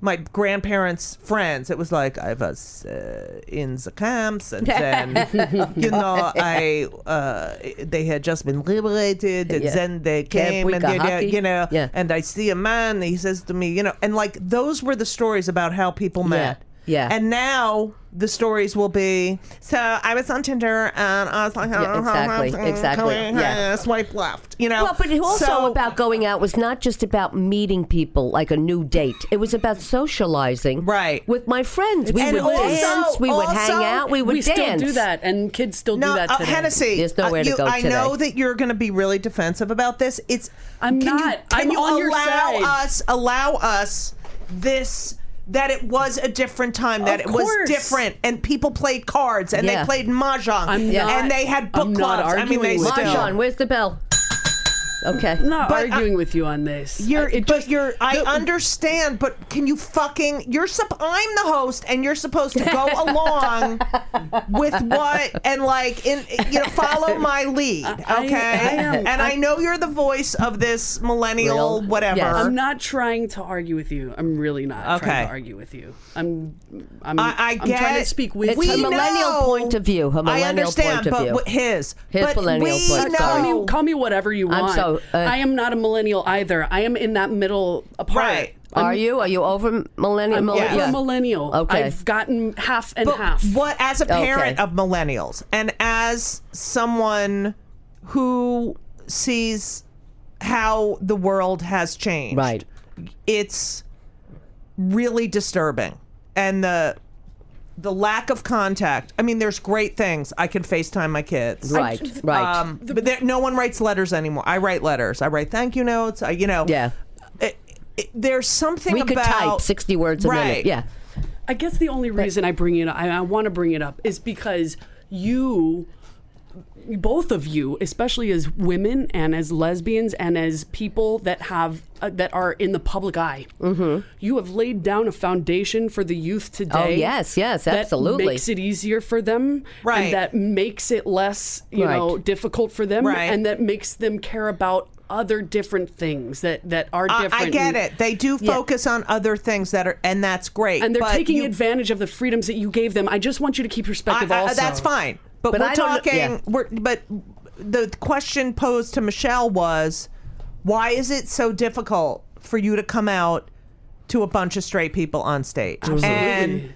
my grandparents' friends, it was like I was uh, in the camps, and then you know I uh, they had just been liberated, and
Yeah.
then they
Camp
came and
Wicca
they, they-
hockey.
you know,
Yeah.
and I see a man, and he says to me, you know, and like those were the stories about how people met.
Yeah.
And now the stories will be so I was on Tinder and I was like,
Yeah, exactly, exactly, yeah.
swipe left, you know.
Well, but it also
So-
about going out was not just about meeting people like a new date. It was about socializing,
Right.
With my friends, we
And
would
also-
dance, we would
also-
hang out, we would
We
dance.
still do that, and kids still
No,
do that
uh,
today.
Hennessy.
There's nowhere to
you-
go
I
today.
know that you're going to be really defensive about this. It's
I'm
can You,
not.
can
I'm
you
on your
allow
side.
us? Allow us this. That it was a different time. That
Of
it was
course.
different, and people played cards, and
Yeah.
they played mahjong,
I'm not-
and they had book
I'm not
clubs. I mean, they
arguing with
still.
you.
Mahjong, where's the bell? Okay.
I'm not
But I-
arguing with you on this.
You're,
I- it
but
just-
you're. I
the-
understand, but can you fucking? You're. Sup- I'm the host, and you're supposed to go along with what and like in you know follow my lead, okay?
I- I am-
and I,
I-
know you're the voice of this millennial
Real-
whatever.
yes.
I'm not trying to argue with you. I'm really not
Okay.
trying to argue with you. I'm. I'm.
I- I
am trying to
get-
speak with.
It's
We
her
you.
know-
millennial point of view. Her
I
millennial
understand,
point of
but
view.
what- his
His
but
millennial
we
point,
Know,
sorry.
Call me, call me whatever you
I'm
want.
so, uh,
I am not a millennial either. I am in that middle apart.
Right.
Are you? Are you over millennial?
I'm
millennial?
over
Yeah.
millennial.
Okay.
I've gotten half and
but
half.
what as a parent
Okay.
of millennials and as someone who sees how the world has changed,
Right.
it's really disturbing and the the lack of contact i mean there's great things i can facetime my kids
Right. Right.
um, but there, no one writes letters anymore i write letters i write thank you notes I, you know
Yeah.
it, it, there's something
we
about
could type 60 words a
right
minute. Yeah.
I guess the only reason I bring it up, I, I want to bring it up, is because you, both of you, especially as women and as lesbians and as people that have uh, that are in the public eye,
Mm-hmm.
you have laid down a foundation for the youth today.
Oh, yes, yes, absolutely.
That makes it easier for them,
Right.
And that makes it less, you
Right.
know, difficult for them,
Right.
And that makes them care about other different things that that are
I-
different.
I, get
and-
it they do
Yeah.
focus on other things that are and that's great
and they're
but
taking
you-
advantage of the freedoms that you gave them. I just want you to keep perspective.
I- I-
also,
That's fine. But,
But
we're
I don't kn-
talking.
yeah.
We're but the question posed to Michelle was, why is it so difficult for you to come out to a bunch of straight people on stage? And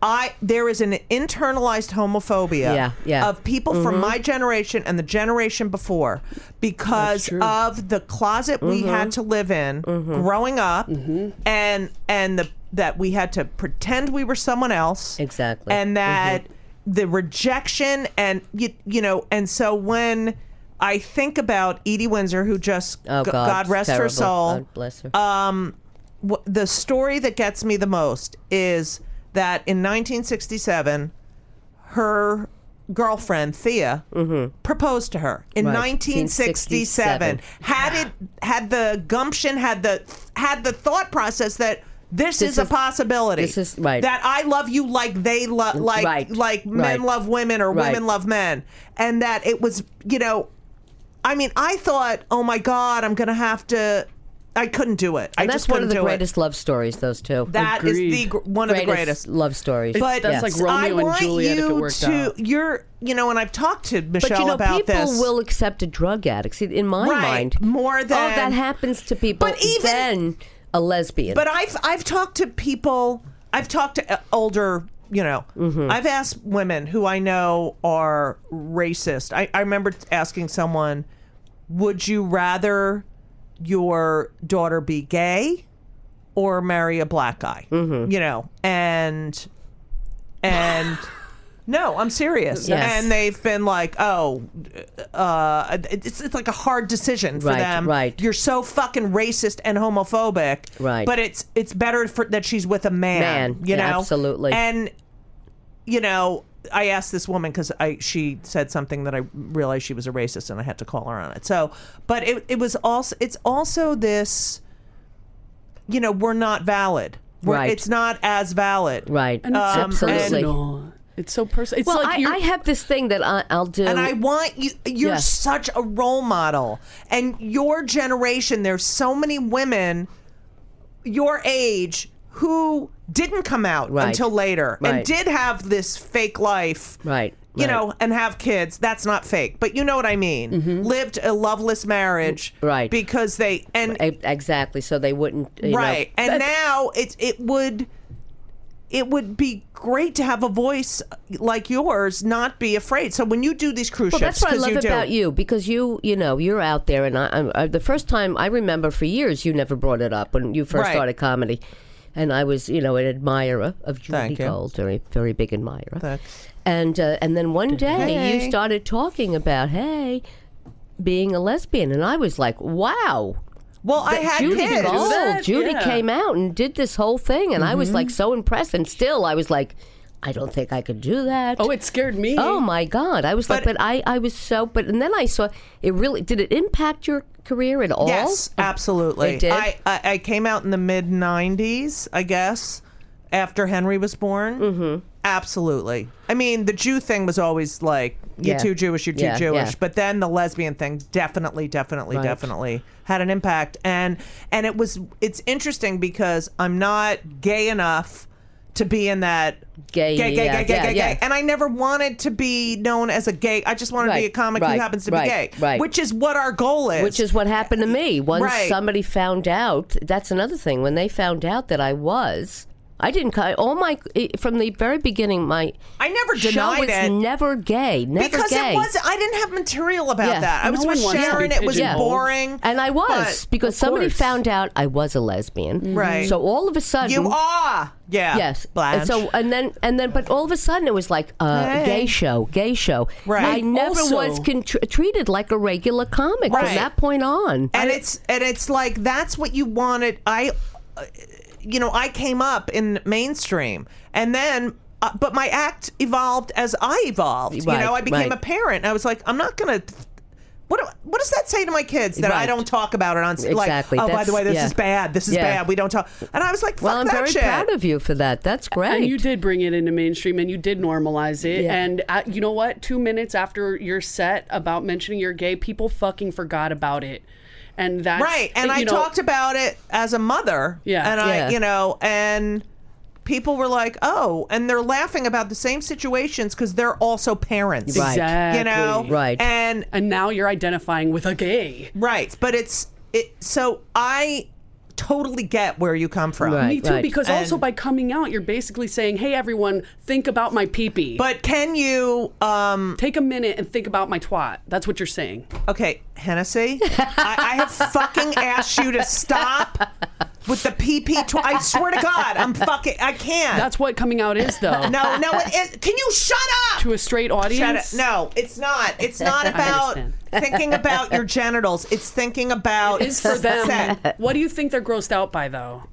I there is an internalized homophobia
Yeah, yeah.
of people
Mm-hmm.
from my generation and the generation before because of the closet
Mm-hmm.
we had to live in growing up and and the that we had to pretend we were someone else
Exactly. Mm-hmm.
and that the rejection and you, you know and so when i think about edie windsor who just
Oh,
g-
God.
god rest her
terrible.
soul Uh,
God bless her.
um, wh- the story that gets me the most is that in 1967, her girlfriend Thea proposed to her in
Mm-hmm. Right.
1967.
1967.
Had it had the gumption, had the had the thought process that. This, is, a
is-
possibility.
this is- right.
That I love you like they love, like
Right.
like men
Right.
love women or
Right.
women love men, and that it was you know I mean, I thought, oh my God, I'm going to have to I couldn't do it. I
And that's
just
one
couldn't
of the
do
greatest
it.
love stories, those two.
That is the
Agreed.
gr- one of the greatest.
love stories.
But
That's like Romeo
I
and
want
Juliet if it
you
worked
to,
out.
You're, you know, and I've talked to Michelle
But you know,
about
people
this.
will accept a drug addict. See, in my
Right,
mind,
more
oh,
than-
that happens to people.
But even-
than a lesbian.
But I've I've talked to people. I've talked to uh, older. You know,
Mm-hmm.
I've asked women who I know are racist. I, I remember asking someone, "Would you rather your daughter be gay or marry a black guy?"
Mm-hmm.
You know, and and no, I'm serious.
Yes.
And they've been like, "Oh, uh, it's it's like a hard decision for
Right,
them.
right.
You're so fucking racist and homophobic.
Right.
But it's it's better for, that she's with a man.
Man,
you
yeah,
know,
absolutely.
And you know, I asked this woman because I she said something that I realized she was a racist, and I had to call her on it. So, but it it was also it's also this, you know, we're not valid. We're,
Right.
It's not as valid.
right,
And
Um,
it's so
absolutely.
personal. It's so personal. It's
well,
like
I,
you're-
I have this thing that I, I'll do.
And I want you. You're
Yes.
such a role model, and your generation. There's so many women your age who didn't come out
Right.
until later
Right.
and did have this fake life.
Right,
You
right.
know, and have kids. That's not fake, but you know what I mean. Lived a loveless marriage,
Mm-hmm. Right.
Because they and
E- exactly. So they wouldn't. You know-
right and now it it would it would be great to have a voice like yours not be afraid so when you do these cruise
Well,
ships
that's what I
'cause
love
you do,
about you because you, you know, you're out there, and I, I, the first time I remember for years, you never brought it up when you first
Right.
started comedy, and I was, you know, an admirer of Judy
Thank you.
Gold, very, very big admirer, and uh, and then one day you started talking about hey, being a lesbian, and I was like, wow.
well i had
Judy
kids
Gold,
that?
Judy
Yeah.
came out and did this whole thing, and I was
Mm-hmm.
like so impressed, and still I was like, I don't think I could do that.
oh, it scared me.
Oh my God! I was like, but I, I was so, but and then I saw it really did it impact your career at all?
yes absolutely
It did?
I, I i came out in the mid 90s i guess after henry was born mm-hmm. absolutely i mean the jew thing was always like you're
Yeah.
too jewish you're too
Yeah,
jewish
yeah.
but then the lesbian thing definitely definitely definitely had an impact and and it was it's interesting because i'm not gay enough to be in that
Gay,
gay gay
yeah,
gay gay
yeah,
gay,
yeah.
gay. and i never wanted to be known as a gay i just wanted to be
Right,
a comic who
right,
happens to
right,
be gay
right.
which is what our goal is
Which is what happened to me. Once
Right.
somebody found out, that's another thing. When they found out that I was, I didn't. cut- All my from the very beginning, my
I never
show
denied
was
it.
never gay, never
because
gay.
it was I didn't have material about
Yeah.
that. I
No
was
one
with
wants to be
Sharon. It was
pigeonholed.
boring,
And I was
but
because somebody
course.
found out I was a lesbian.
Right.
So all of a sudden,
you are. Yeah.
Yes.
Uh, Blanche.
And so and then and then but all of a sudden it was like a
Hey.
gay show, gay show.
Right.
I never
Also-
was con- tr- treated like a regular comic from
Right.
that point on.
and it's and it's like that's what you wanted. I, uh, you know, I came up in mainstream, and then. Uh, but my act evolved as I evolved.
Right,
you know, I became
right.
a parent. I was like, I'm not gonna. What do- what does that say to my kids that I
Right.
don't talk about it on? s- Like,
Exactly,
oh, by
that's-
the way, this
yeah.
is bad. This is
Yeah.
bad. We don't talk. And I was like, fuck
well, I'm
that
very
shit.
proud of you for that. That's great.
And you did bring it into mainstream, and you did normalize it.
Yeah.
And uh, you know what? Two minutes after your set about mentioning you're gay, people fucking forgot about it. And that's
right and
you
i
know,
talked about it as a mother
Yeah.
and i
Yeah.
you know and people were like oh and they're laughing about the same situations because they're also parents
Right.
exactly.
you know
Right.
and
And now you're identifying with a gay.
right but it's it so i totally get where you come from
Right,
Me too,
right.
because also by coming out, you're basically saying, "Hey, everyone, think about my peepee.
but can you um
Take a minute and think about my twat." That's what you're saying.
okay hennessy I, I have fucking asked you to stop with the pp tw- i swear to god i'm fucking i can't
That's what coming out is, though.
no no it is can you shut up
to a straight
Shut
audience.
it. No, it's not. It's not about
understand.
thinking about your genitals. It's thinking about
is for them.
sex.
what do you think they're grossed out by, though?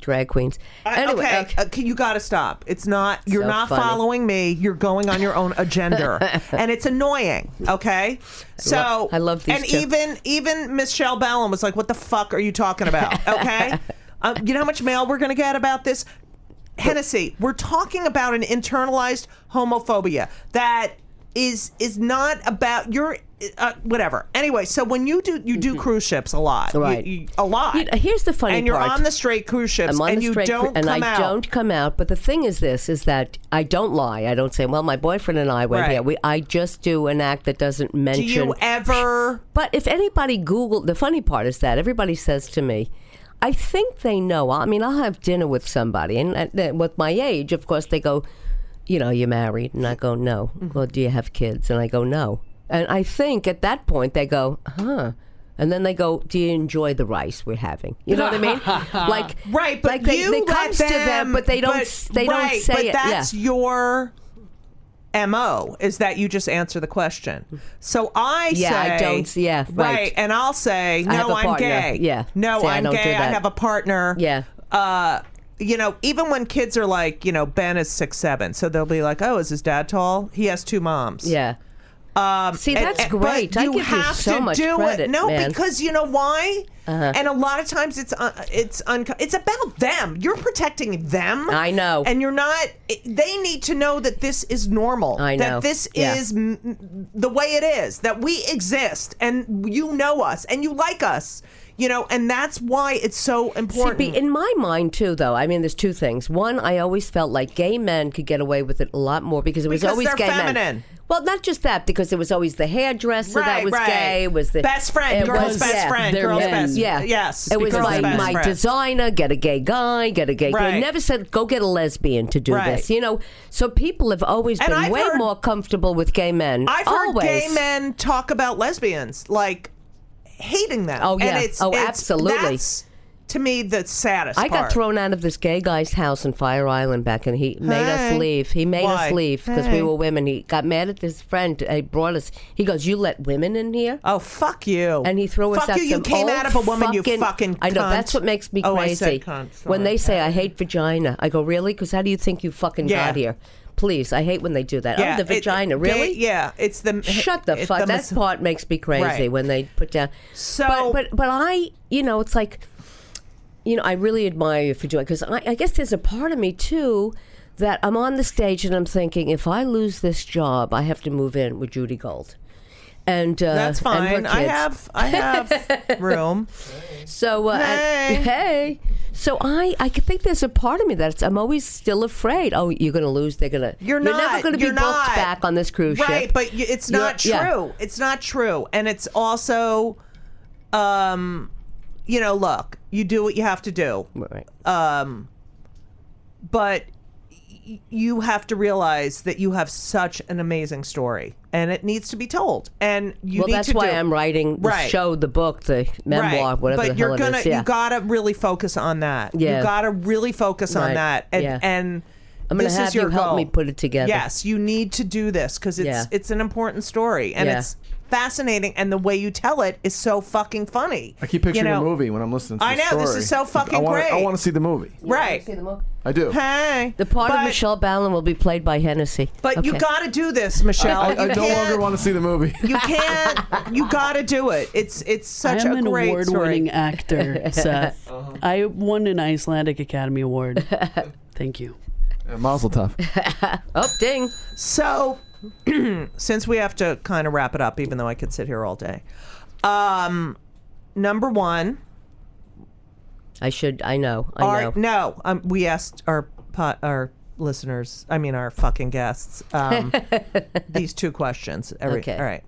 Drag queens.
I-
anyway,
okay,
okay.
uh, can- you got to stop. It's not. You're
So
not
funny.
following me. You're going on your own agenda, and it's annoying. Okay, so
love- I love these
And
two.
even even Michelle Ballon was like, "What the fuck are you talking about?" Okay, um, you know how much mail we're gonna get about this. Hennessy, we're talking about an internalized homophobia that is is not about your uh, whatever. Anyway, so when you do you do cruise ships a lot, You-
Mm-hmm. Right.
you- a lot.
You- here's the funny
and you're
part.
on the straight cruise ships,
I'm on
and
the
you
straight cru-
don't
and
come
I
out.
don't come out. But the thing is, this is that I don't lie. I don't say, "Well, my boyfriend and I went
Right.
here." We, I just do an act that doesn't
do
mention.
you ever?
But if anybody Google, the funny part is that everybody says to me, I think they know. I mean, I'll have dinner with somebody, and at- that- with my age, of course, they go, you know, you're married, and I go, no.
Mm-hmm.
Well, do you have kids? And I go, no. And I think at that point they go, huh. And then they go, "Do you enjoy the rice we're having?" You know what I mean? Like,
Right, but
like they,
you
they
let
comes
them,
to them, but they don't. s- they
right,
don't say
but
it. Yeah.
That's your mo is that you just answer the question. So I
Yeah,
say,
I don't- yeah, right.
and I'll say
I have
no,
a
I'm
partner.
gay.
Yeah.
no,
Say, I
I'm
don't do
gay. I
that.
have a partner.
Yeah.
Uh, you know, even when kids are like, you know, Ben is six seven, so they'll be like, oh, is his dad tall? He has two moms.
yeah. See,
Um, And-
that's
and- but
great. I
you
give
have
you so
to
much
do
credit.
It. No,
man. Uh-huh.
because you know why? And a lot of times it's uh, it's unco- it's about them. You're protecting them.
I know.
And you're not. It, they need to know that this is normal.
I know.
That this
Yeah.
is m- m- the way it is. That we exist, and you know us, and you like us. You know, and that's why it's so important.
See, be- in my mind too, though. I mean, there's two things. One, I always felt like gay men could get away with it a lot more because it was
Because
always
they're
gay
feminine.
men. Well, not just that, because it was always the hairdresser
Right,
that was
right.
gay. it Was the
Best friend,
it
girl's
was-
best
yeah.
friend,
they're
girl's
men.
best.
Yeah.
yes.
It was
girl's
like
best
my
friend.
designer, get a gay guy, get a gay girl.
Right.
Never said go get a lesbian to do
Right.
this. You know, so people have always
And
been
I've
way
heard-
more comfortable with gay men.
I've heard
always.
gay men talk about lesbians like hating them.
Oh,
And
yeah.
it's,
Oh,
it's-
absolutely.
That's, to me, the saddest.
I got
part.
thrown out of this gay guy's house in Fire Island back, and he made
Hey.
us leave. He made
Why?
us leave because
Hey.
we were women. He got mad at this friend. and He brought us. He goes, "You let women in here."
Oh fuck you!
And he threw
fuck
us out.
you. You
some
came
old
out of a woman.
Fucking,
you fucking.
I know.
cunt.
That's what makes me crazy.
Oh, I said cunt. Sorry.
when they say I hate vagina, I go really because how do you think you fucking
Yeah.
got here? Please, I hate when they do that.
yeah,
oh, the
it-
vagina,
gay-
really?
yeah, it's the
Shut the
it's
fuck. that
mis-
part makes me crazy
Right.
when they put down.
So-
but, but but I, you know, it's like, you know, I really admire you for doing because I, I guess there's a part of me too that I'm on the stage and I'm thinking if I lose this job, I have to move in with Judy Gold. And uh,
That's
and her
fine. I
kids.
have I have room.
So uh, and- hey. So I, I could think there's a part of me that's I'm always still afraid. Oh, you're going to lose. They're going to.
You're not.
never going to be
you're
booked
not.
back on this cruise ship.
right? But you, it's
You're-
not true.
yeah.
It's not true, and it's also, um, you know, look, you do what you have to do,
Right.
but y- you have to realize that you have such an amazing story, and it needs to be told, and you
well,
need
that's
to
why
do-
I'm writing the
Right.
show, the book, the memoir,
right.
whatever
but
the hell
you're
it
gonna
is. Yeah.
you gotta really focus on that you
Yeah.
gotta really focus on
Right.
that and
Yeah.
and
I'm gonna
this is
have you
your
help
goal.
me put it together.
yes you need to do this because it's
Yeah.
it's an important story and
Yeah.
it's fascinating and the way you tell it is so fucking funny
I keep picturing
you know?
a movie when I'm listening to
I
the
know, this
story.
is so fucking
I wanna, I
great.
want to see the movie.
right
I do.
hey
the part
but,
of Michelle Ballin will be played by Hennessy.
but you
Okay.
gotta do this michelle
I,
you
I no
can't-
longer want to see the movie.
you can't you gotta do it it's it's such
I'm
a
an
great
award-winning
story
actor, Seth. I won an Icelandic Academy Award. Thank you.
Yeah, Mazel tov.
Oh, ding.
So, since we have to kind of wrap it up, even though I could sit here all day, um, number one,
I should. I know. I
our,
know.
no, um, we asked our pot, our listeners, I mean our fucking guests, um, these two questions. Every,
Okay.
All right.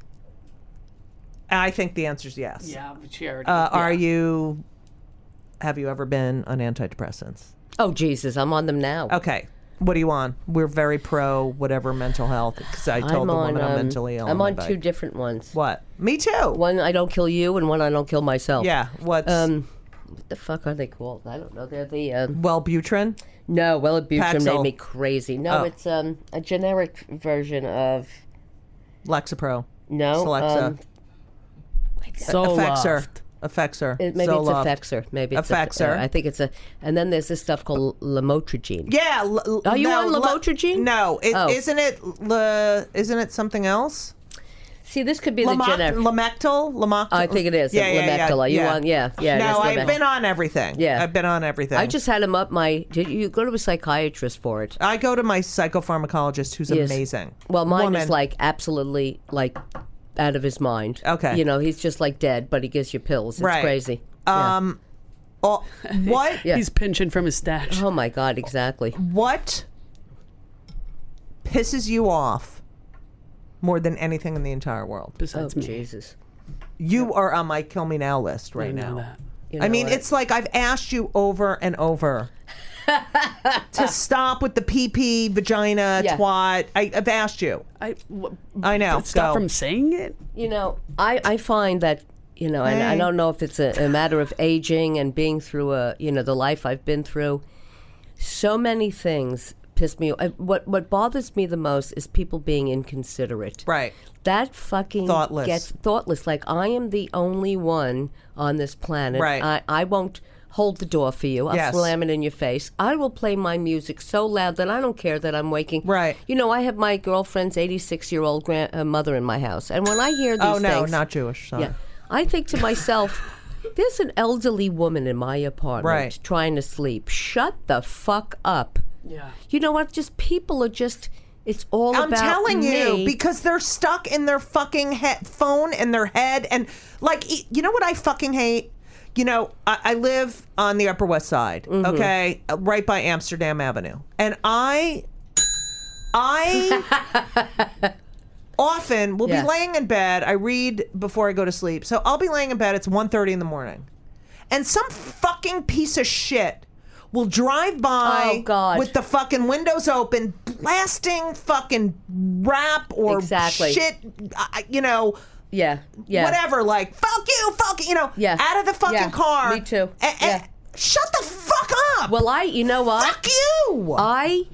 I think the answer is yes.
Yeah, but she already.
Uh, Are you? Have you ever been on antidepressants?
Oh Jesus, I'm on them now.
Okay. What are you on? We're very pro whatever mental health because I told
I'm
the
on.
woman I'm
um,
mentally ill.
I'm
my
on two
bike.
different ones.
What? Me too.
One I don't kill you, and one I don't kill
Oh.
myself.
Yeah. What's
Um, what the fuck are they called? I don't know. They're the um,
Wellbutrin?
no. Well, Wellbutrin
Paxil.
made me crazy. No,
Oh.
it's um a generic version of
Lexapro.
no.
Celexa.
Um,
so
affects her.
loved.
Affects her.
it, maybe
Zoloft.
it's Effexor. Maybe it's Eff-
Effexor.
I think it's a. And then there's this stuff called Lamotrigine.
Yeah. L- l-
Oh,
Are you
no,
on
le-
Lamotrigine?
no. It,
Oh.
Isn't it? Le, isn't it something else?
See, this could be
Lamoc-
the generic.
Lamectal. Lamectal.
I think it is.
Yeah. yeah, yeah,
Lamictal. Are you
yeah.
on- yeah, yeah, it
No,
is
I've
Lamictal.
been on everything.
Yeah.
I've been on everything.
I just had him up my. Did you go to a psychiatrist for it?
I go to my psychopharmacologist, who's
Yes.
amazing.
Well, mine
Woman.
is like absolutely like out of his mind.
Okay.
You know, he's just like dead, but he gives you pills. It's
Right.
crazy. Yeah.
Um, all- what
Yeah.
He's pinching from his stash.
oh my God, exactly.
what pisses you off more than anything in the entire world?
Oh,
Besides me,
Jesus.
You are on my kill me now list right
I
now.
know that.
You
I
know
mean,
what?
it's like I've asked you over and over to stop with the pee pee vagina
Yeah.
twat. I, I've asked you.
I w-
I know.
stop
Go.
from saying it.
You know, I, I find that, you know, and I
Hey.
don't know if it's a, a matter of aging and being through a, you know, the life I've been through. So many things piss me off. What, what bothers me the most is people being inconsiderate.
right.
That fucking
Thoughtless.
gets thoughtless. Like I am the only one on this planet.
Right.
I, I won't hold the door for you. I'll
Yes.
slam it in your face. I will play my music so loud that I don't care that I'm waking.
Right.
You know, I have my girlfriend's 86 year old grand uh, mother in my house, and when I hear these
Oh no,
things,
not Jewish. Sorry.
yeah, I think to myself. There's an elderly woman in my apartment
Right.
trying to sleep. Shut the fuck up.
Yeah.
You know what? Just people are just. It's all
I'm
about
telling
me.
you because they're stuck in their fucking he- phone in their head and like e- you know what I fucking hate. You know I, I live on the Upper West Side,
Mm-hmm.
okay, uh, right by Amsterdam Avenue, and I, I. Often will
Yeah.
be laying in bed. I read before I go to sleep. So I'll be laying in bed. It's 1.30 in the morning. And some fucking piece of shit will drive by
Oh, God.
with the fucking windows open, blasting fucking rap or
Exactly.
shit, I- you know,
Yeah, yeah.
whatever, like, fuck you, fuck, you know,
Yeah.
out of the fucking
Yeah.
car.
Me too.
A- a-
Yeah.
Shut the fuck up.
Well, I, you know what?
fuck you.
I,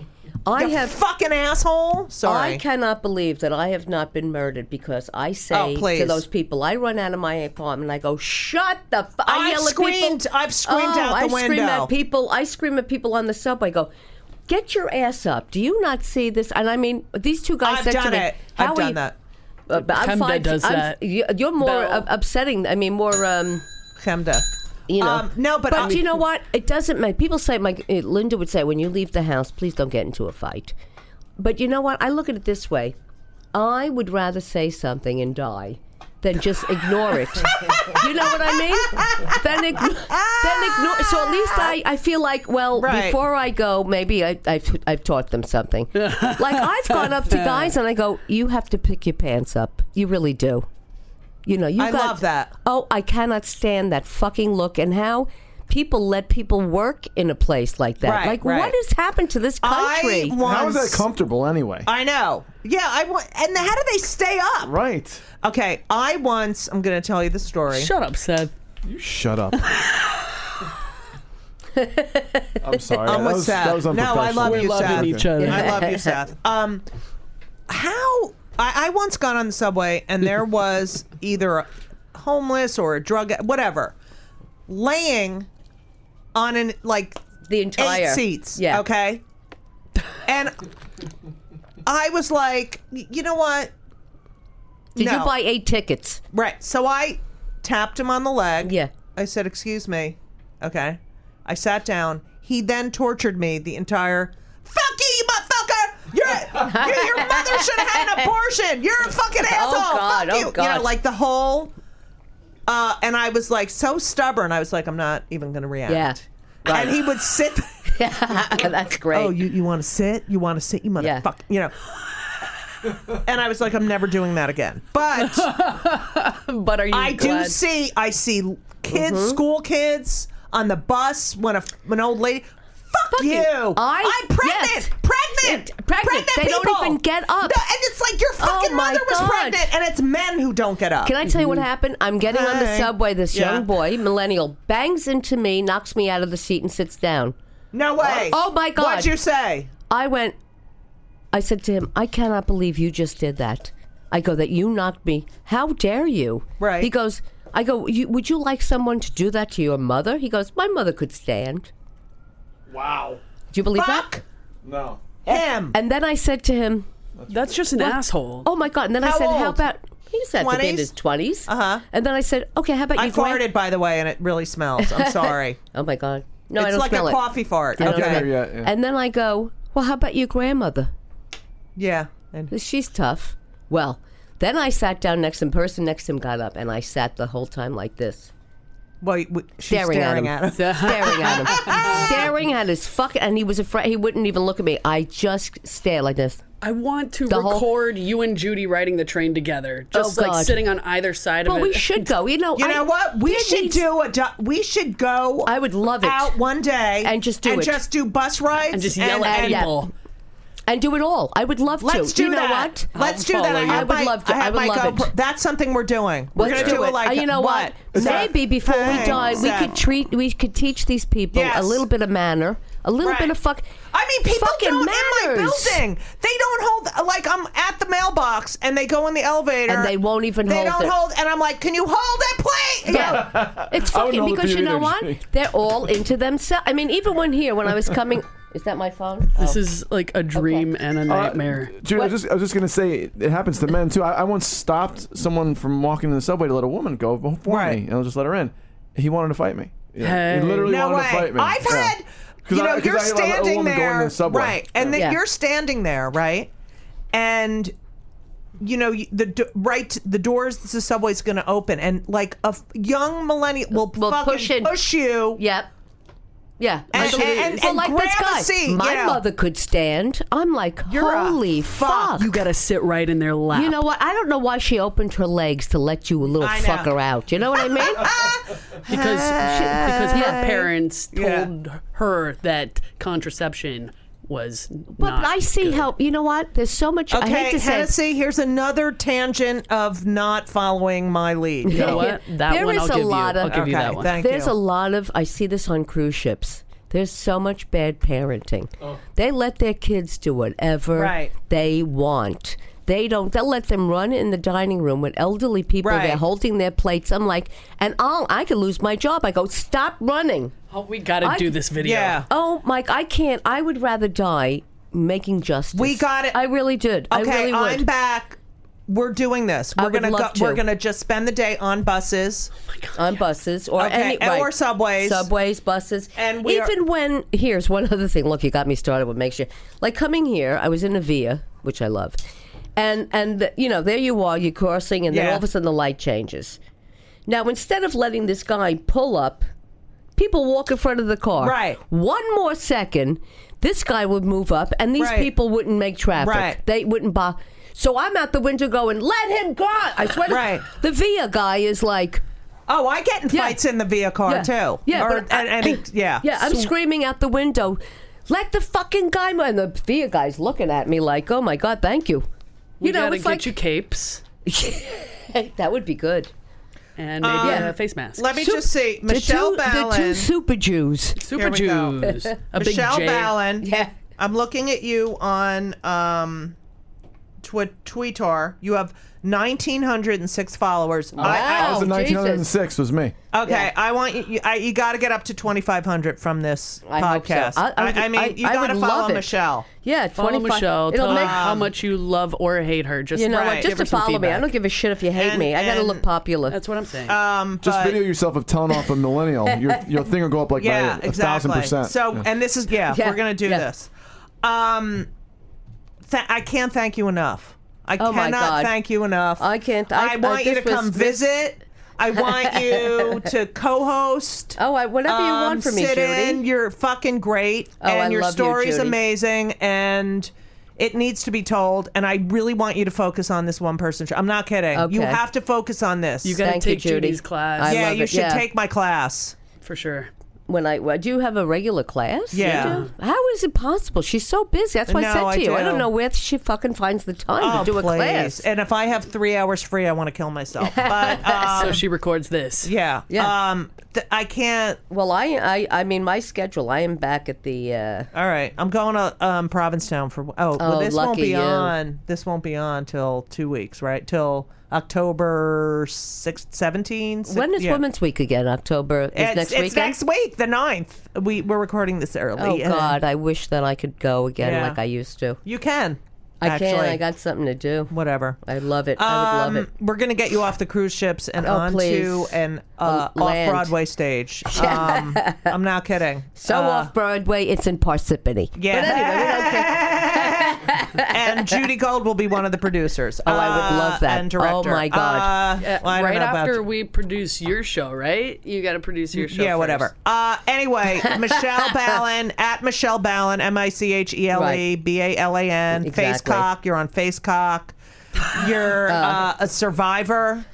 I
you
have.
fucking asshole. Sorry. Oh,
I cannot believe that I have not been murdered because I say to
please.
those people, I run out of my apartment. I go, "Shut the!" F-. I
I've
yell at
screamed-
people.
I've screamed
oh,
out the
I scream
window.
at people. I scream at people on the subway. I go, "Get your ass up! Do you not see this?" And I mean, these two guys
I've
said
done
to me,
it.
"How
I've
are
done
you-
that.
Uh, but I'm
Pemda
fine.
does
I'm,
that.
you- You're more
Bell.
uh, upsetting. I mean, more. Um,
Chemda.
you know.
Um, no, but I-
you know what? It doesn't matter. People say, my uh, Linda would say, when you leave the house, please don't get into a fight. But you know what? I look at it this way: I would rather say something and die than just ignore it. you know what I mean? Then, ign- then ignore. So at least I, I feel like, well,
Right.
before I go, maybe I, I've I've taught them something. like I've gone up to guys and I go, you have to pick your pants up. You really do. You know, you
I
got,
love that.
Oh, I cannot stand that fucking look and how people let people work in a place like that.
Right,
like,
right.
what has happened to this
I
country?
once,
How is that comfortable anyway?
I know. Yeah, I want. And how do they stay up?
right.
Okay, I once. I'm going to tell you the story.
Shut up, Seth.
You shut up. I'm sorry.
I'm
that
with
was,
Seth.
that was
no, I
unprofessional.
love you,
loving
Seth.
each other.
I love you, Seth. Um, how I, I once got on the subway and there was either a homeless or a drug, whatever, laying on an like
the entire
eight seats.
Yeah.
Okay. And I was like, y- you know what?
Did you
No.
buy eight tickets?
Right. So I tapped him on the leg.
Yeah.
I said, "Excuse me." Okay. I sat down. He then tortured me the entire. Fuck you, you motherfucker! You're, you- your mother should have had an abortion. You're a fucking asshole.
God,
Fuck
oh
you. You
God.
know, like the whole. Uh, and I was like so stubborn. I was like, I'm not even going to react.
Yeah.
And he would sit.
That's great.
Oh, you, you want to sit? You want to sit? You
Yeah.
motherfucker! You know. and I was like, I'm never doing that again. But
But are you?
I do
glad-
see I see kids,
Mm-hmm.
school kids on the bus when a when an old lady. Fuck, you!
I-
am pregnant,
yes.
pregnant,
It- pregnant. They don't
people.
even get
No,
up.
and it's like your
Oh
fucking
my
mother was
God.
pregnant, and it's men who don't get up.
Can I tell you what happened? I'm getting on the
Hi.
subway. This
Mm-hmm. Yeah.
young boy, millennial, bangs into me, knocks me out of the seat, and sits down.
no way.
Oh, my God.
What'd you say?
I went, I said to him, I cannot believe you just did that. I go, that you knocked me. How dare you?
Right.
He goes, I go, you, would you like someone to do that to your mother? He goes, my mother could stand.
Wow.
Do you believe
Fuck
that?
No.
him.
And then I said to him,
That's just an asshole.
oh my God. And then I
How
said, how
old?
about, he said to be in
20s?
his 20s.
Uh-huh.
And then I said, okay, how about
I
you grand-"
farted, by the way, and it really smells. I'm sorry.
Oh my God. No, I
it's
don't
like
smell
a
it.
coffee fart.
I don't
okay.
smell it.
Yeah, yeah.
And then I go, well, how about your grandmother?
Yeah. And
She's tough. Well, Then I sat down next to him. Person next to him got up, and I sat the whole time like this,
Well, you- w- she's staring,
staring,
at
at him,
us.
staring at him, staring at his fucking. And he was afraid. He wouldn't even look at me. I just stared like this.
I want to
The whole-
record you and Judy riding the train together, just
Oh,
like
God.
sitting on either side
Well,
of it.
we should go. You know.
You
I-
know what? We
there
should
needs-
do a. do- We should go.
I would love it.
Out one day
And just do
and
it.
just do bus rides
and just yell at
and-
people.
and do it all. I would love
Let's
to.
do
you know
that.
what?
Let's do
I'll
that.
follow you.
have
I would
my-
love to.
have
I would
my
love
GoPro.
it.
That's something we're doing. We're
Let's
gonna do,
do
it like
Uh, you know what?
Seth,
Maybe before we die, we
thanks,
could
Seth.
treat, we could teach these people
Yes.
a little bit of manner, a little
Right.
bit of fuck.
I mean, people
fucking
do it in my
manners.
building. They don't hold like I'm at the mailbox and they go in the elevator
And they won't even
They
hold
don't
it.
hold, and I'm like, can you hold it, please?
Yeah, it's
I wouldn't
fucking
hold it
because you
for you
know
either,
what?
Jenny.
They're all into themselves. I mean, even when here, when I was coming, is that my phone?
This
Oh.
is like a dream and
Uh,
a nightmare.
Judy, I was, just, I was just gonna say it happens to men too. I, I once stopped someone from walking in the subway to let a woman go before
Right.
me, and I just let her in. He wanted to fight me. Yeah.
Hey.
He literally
No
wanted
way.
to fight me.
I've
Yeah.
had,
'Cause
you
I-
know,
'cause
you're
I let a
standing
woman go in
there,
the subway.
right? And then
Yeah.
you're standing there, right? And you know you- the do- right t- the doors the subway's going to open, and like a f- young millennial will
Will
fucking
push in.
you.
Yep. Yeah.
And-
Like-
and- and-
well,
and
like this
grab a
guy.
seat,
My
yeah.
mother could stand. I'm like,
You're a
holy
fuck.
fuck.
You gotta sit right in their lap.
You know what? I don't know why she opened her legs to let you a little
I know.
fucker out. You know what I mean?
because she, because her parents
Yeah.
told her that contraception was.
But,
not
I see
good.
how you know what? There's so much. I hate
Okay,
to say.
Hennessy, here's another tangent of not following my lead.
You know what? That
There
one
is
I'll
a
give
lot
you.
of-
I'll give you
Okay,
that one.
thank
There's
you.
a lot of I see this on cruise ships. There's so much bad parenting.
Oh.
They let their kids do whatever
Right.
they want. They don't. They'll let them run in the dining room with elderly people.
Right.
They're holding their plates. I'm like, and I'll, I could lose my job. I go, stop running.
Oh, we gotta
I-
do this video.
Yeah.
Oh, Mike, I can't. I would rather die making justice.
We got it.
I really did. I
Okay,
really would.
I'm back. We're doing this. We're
would
gonna
love
go, we're
to.
gonna just spend the day on buses.
on buses or
Okay,
any
and-
right.
or subways.
subways, buses,
And we are-
even when here's one other thing. Look, you got me started. What makes you like coming here? I was in a via, which I love, and and you know there you are, you're crossing, and then
Yeah.
all of a sudden the light changes. Now instead of letting this guy pull up, people walk in front of the car.
Right.
One more second, this guy would move up, and these
Right.
people wouldn't make traffic.
Right.
They wouldn't bother. So I'm out the window going, "Let him go!" I swear. to-
Right.
The via guy is like.
Oh, I get in
Yeah.
fights in the via car too.
Yeah,
Or-
but I-
and, and he- yeah,
yeah. I'm
So-
screaming out the window. Let the fucking guy mo-" and the via guy's looking at me like, "Oh my god, thank you." You
We
know,
gotta
it's
get
like
you capes
that would be good.
and maybe
Um,
a face mask.
Let me
Sup-
just see.
The
Michelle
two, the two
Ballin.
super Jews.
Here
Super
we go.
Jews. A big
Michelle
J.
Ballin.
Yeah.
I'm looking at you on um, twi- Twitter. You have 1,906 followers. I,
I was in
Oh,
1906. Was me.
I, okay, I want you. You, I- you got to get up to 2,500 from this
I hope so.
podcast.
I- I would-
mean,
I-
you
I
got to
would
follow
love it.
Michelle.
Yeah,
Follow
25
Michelle.
It'll
Tell
make
her how much you love or hate her. Just
you know
Right.
what?
give
Just
her
to
some
follow me. I
feedback.
don't give Uh, a shit if you hate
And-
me. I got to
and-
look popular.
That's what I'm saying.
Um,
Just
but-
video yourself of telling off a millennial. Your your thing will go up like
Yeah,
by a
exactly.
thousand percent.
So,
Yeah.
and this is yeah,
Yeah,
we're gonna do
yeah.
this. Um, th- I can't thank you enough. I
Oh my
cannot
God.
thank you enough.
I can't- I-
I want
I-
you to
this was-
come
this-
visit. I want you to co-host.
oh, I, whatever you
Um,
want from me,
sit
Judy.
in. You're fucking great, and
I
your
love you,
story's
Judy.
amazing, and it needs to be told. And I really want you to focus on this one person. show. I'm not kidding. You
Okay.
have to focus on this.
you gotta
Thank you,
take
Judy.
Judy's class
I
yeah,
love
you
it,
should
yeah.
take my class.
for sure.
when I well, do you have a regular class? You
Yeah.
do? How is it possible? She's so busy. That's why
No,
I said
I
to you, I
do. Oh,
don't know where she fucking finds the time to do a
please.
class.
And if I have three hours free, I want to kill myself. But
so
um,
she records this.
yeah,
Yeah.
Um, th- I can't.
Well, I, I, I mean, my schedule. I am back at the. Uh,
All right, I'm going to um, Provincetown for. Oh, well,
Oh,
this won't
lucky
be
you.
on. This won't be on till two weeks, right? Till October 6th, 17th. six-
when is
yeah.
Women's Week again? October is
It's,
next
it's
weekend.
next week, the 9th. We we're recording this early.
oh
Yeah.
God, I wish that I could go again
Yeah.
like I used to.
you can.
I
actually.
can. I got something to do.
whatever.
I love it. I would love
Um,
it.
We're gonna get you off the cruise ships and
Oh,
onto
please.
an uh,
Oh, land.
off Broadway stage. Um, I'm not kidding.
So
Uh,
off Broadway, it's in Parsippany.
Yeah.
But anyway, we don't care.
and Judy Gold will be one of the producers.
Oh, I would love
Uh,
that.
And
Oh,
director.
my God.
Uh, well, I don't
right
know about
after
you.
we produce your show, right? You got to produce your show.
yeah,
first.
whatever. Uh, anyway, Michelle Ballin at Michelle Ballin, M I C H E L E
Right.
B A L A N.
Exactly.
Facecock, you're on Facecock. You're uh, a survivor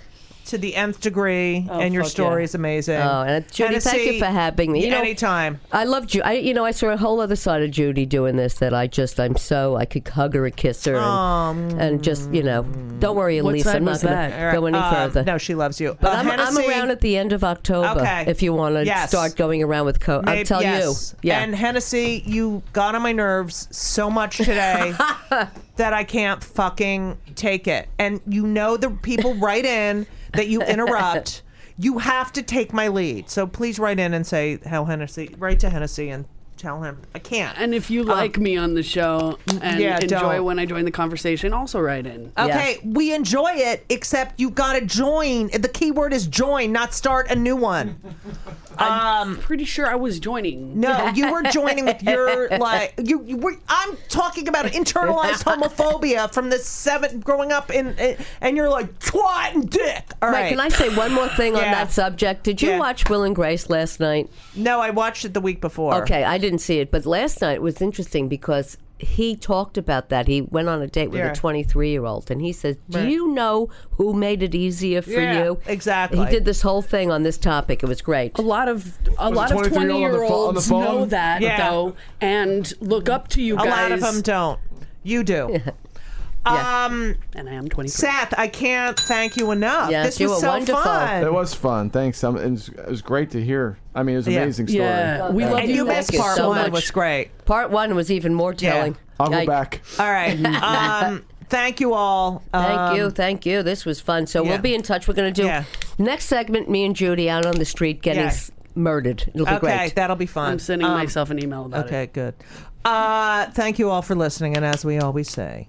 to the nth degree, and your
Oh, fuck
story
yeah.
is amazing.
Oh, and Judy, thank you
Hennessy,
for having me. You know-
anytime.
I love Judy. I, you know, I saw a whole other side of Judy doing this that I just, I'm so, I could hug her and kiss her. And, and just, you know, don't worry,
Um,
What
Elise.
side
I'm not
was
going
that?
to go any
Uh,
further.
No, she loves you.
But
Uh,
I'm, I'm
Hennessy-
around at the end of October
Okay.
if you want to
Yes.
start going around with co. I'll
Maybe-
tell
yes.
you. Yeah.
And Hennessy, you got on my nerves so much today that I can't fucking take it. And you know the people write in that you interrupt. You have to take my lead. So please write in and say how Hennessy write to Hennessy and tell him I can't.
And if you like me on the show and
Um, yeah,
enjoy
don't.
when I join the conversation, also write in.
Okay, we enjoy it, except you gotta join. The key word is join, not start a new one. Um, Oh.
Pretty sure I was joining.
No, you were joining with your like you. you were, I'm talking about internalized homophobia from the seven growing up in, in- and you're like twat and dick. All
Wait,
right.
can I say one more thing on
Yeah.
that subject? Did you
Yeah.
watch Will and Grace last night?
No, I watched it the week before.
Okay, I didn't see it, but last night was interesting because he talked about that. He went on a date with
Yeah.
a 23 year old and he says, Do
Right.
you know who made it easier for
Yeah,
you?
exactly.
He did this whole thing on this topic. It was great.
A lot of
Was
a
it
lot of
23
twenty
on the
year
pho- on the
olds
phone?
know that
Yeah.
though, and look up to you
A
guys.
lot of them don't. You do.
Yeah.
Um,
And I am twenty.
Seth, I can't thank you enough.
Yes,
this
you
was
were
so
wonderful.
fun.
It was fun. Thanks. Um, it, was, it was great to hear. I mean, it was an
Yeah.
amazing story.
Yeah, we love
and you
you.
missed
Thank you
part
so
one
much.
was great.
Uh, Part one was even more telling.
I'll go
I-
back.
All right. Um, thank you all.
Thank
Um,
you, thank you. This was fun. So
yeah.
we'll be in touch. We're going to do
Yeah.
next segment. Me and Judy out on the street getting
Yeah.
s- murdered. It'll be
Um, Okay,
great.
that'll be fun.
I'm sending myself an email about
Okay,
it.
good. Uh, thank you all for listening, and as we always say,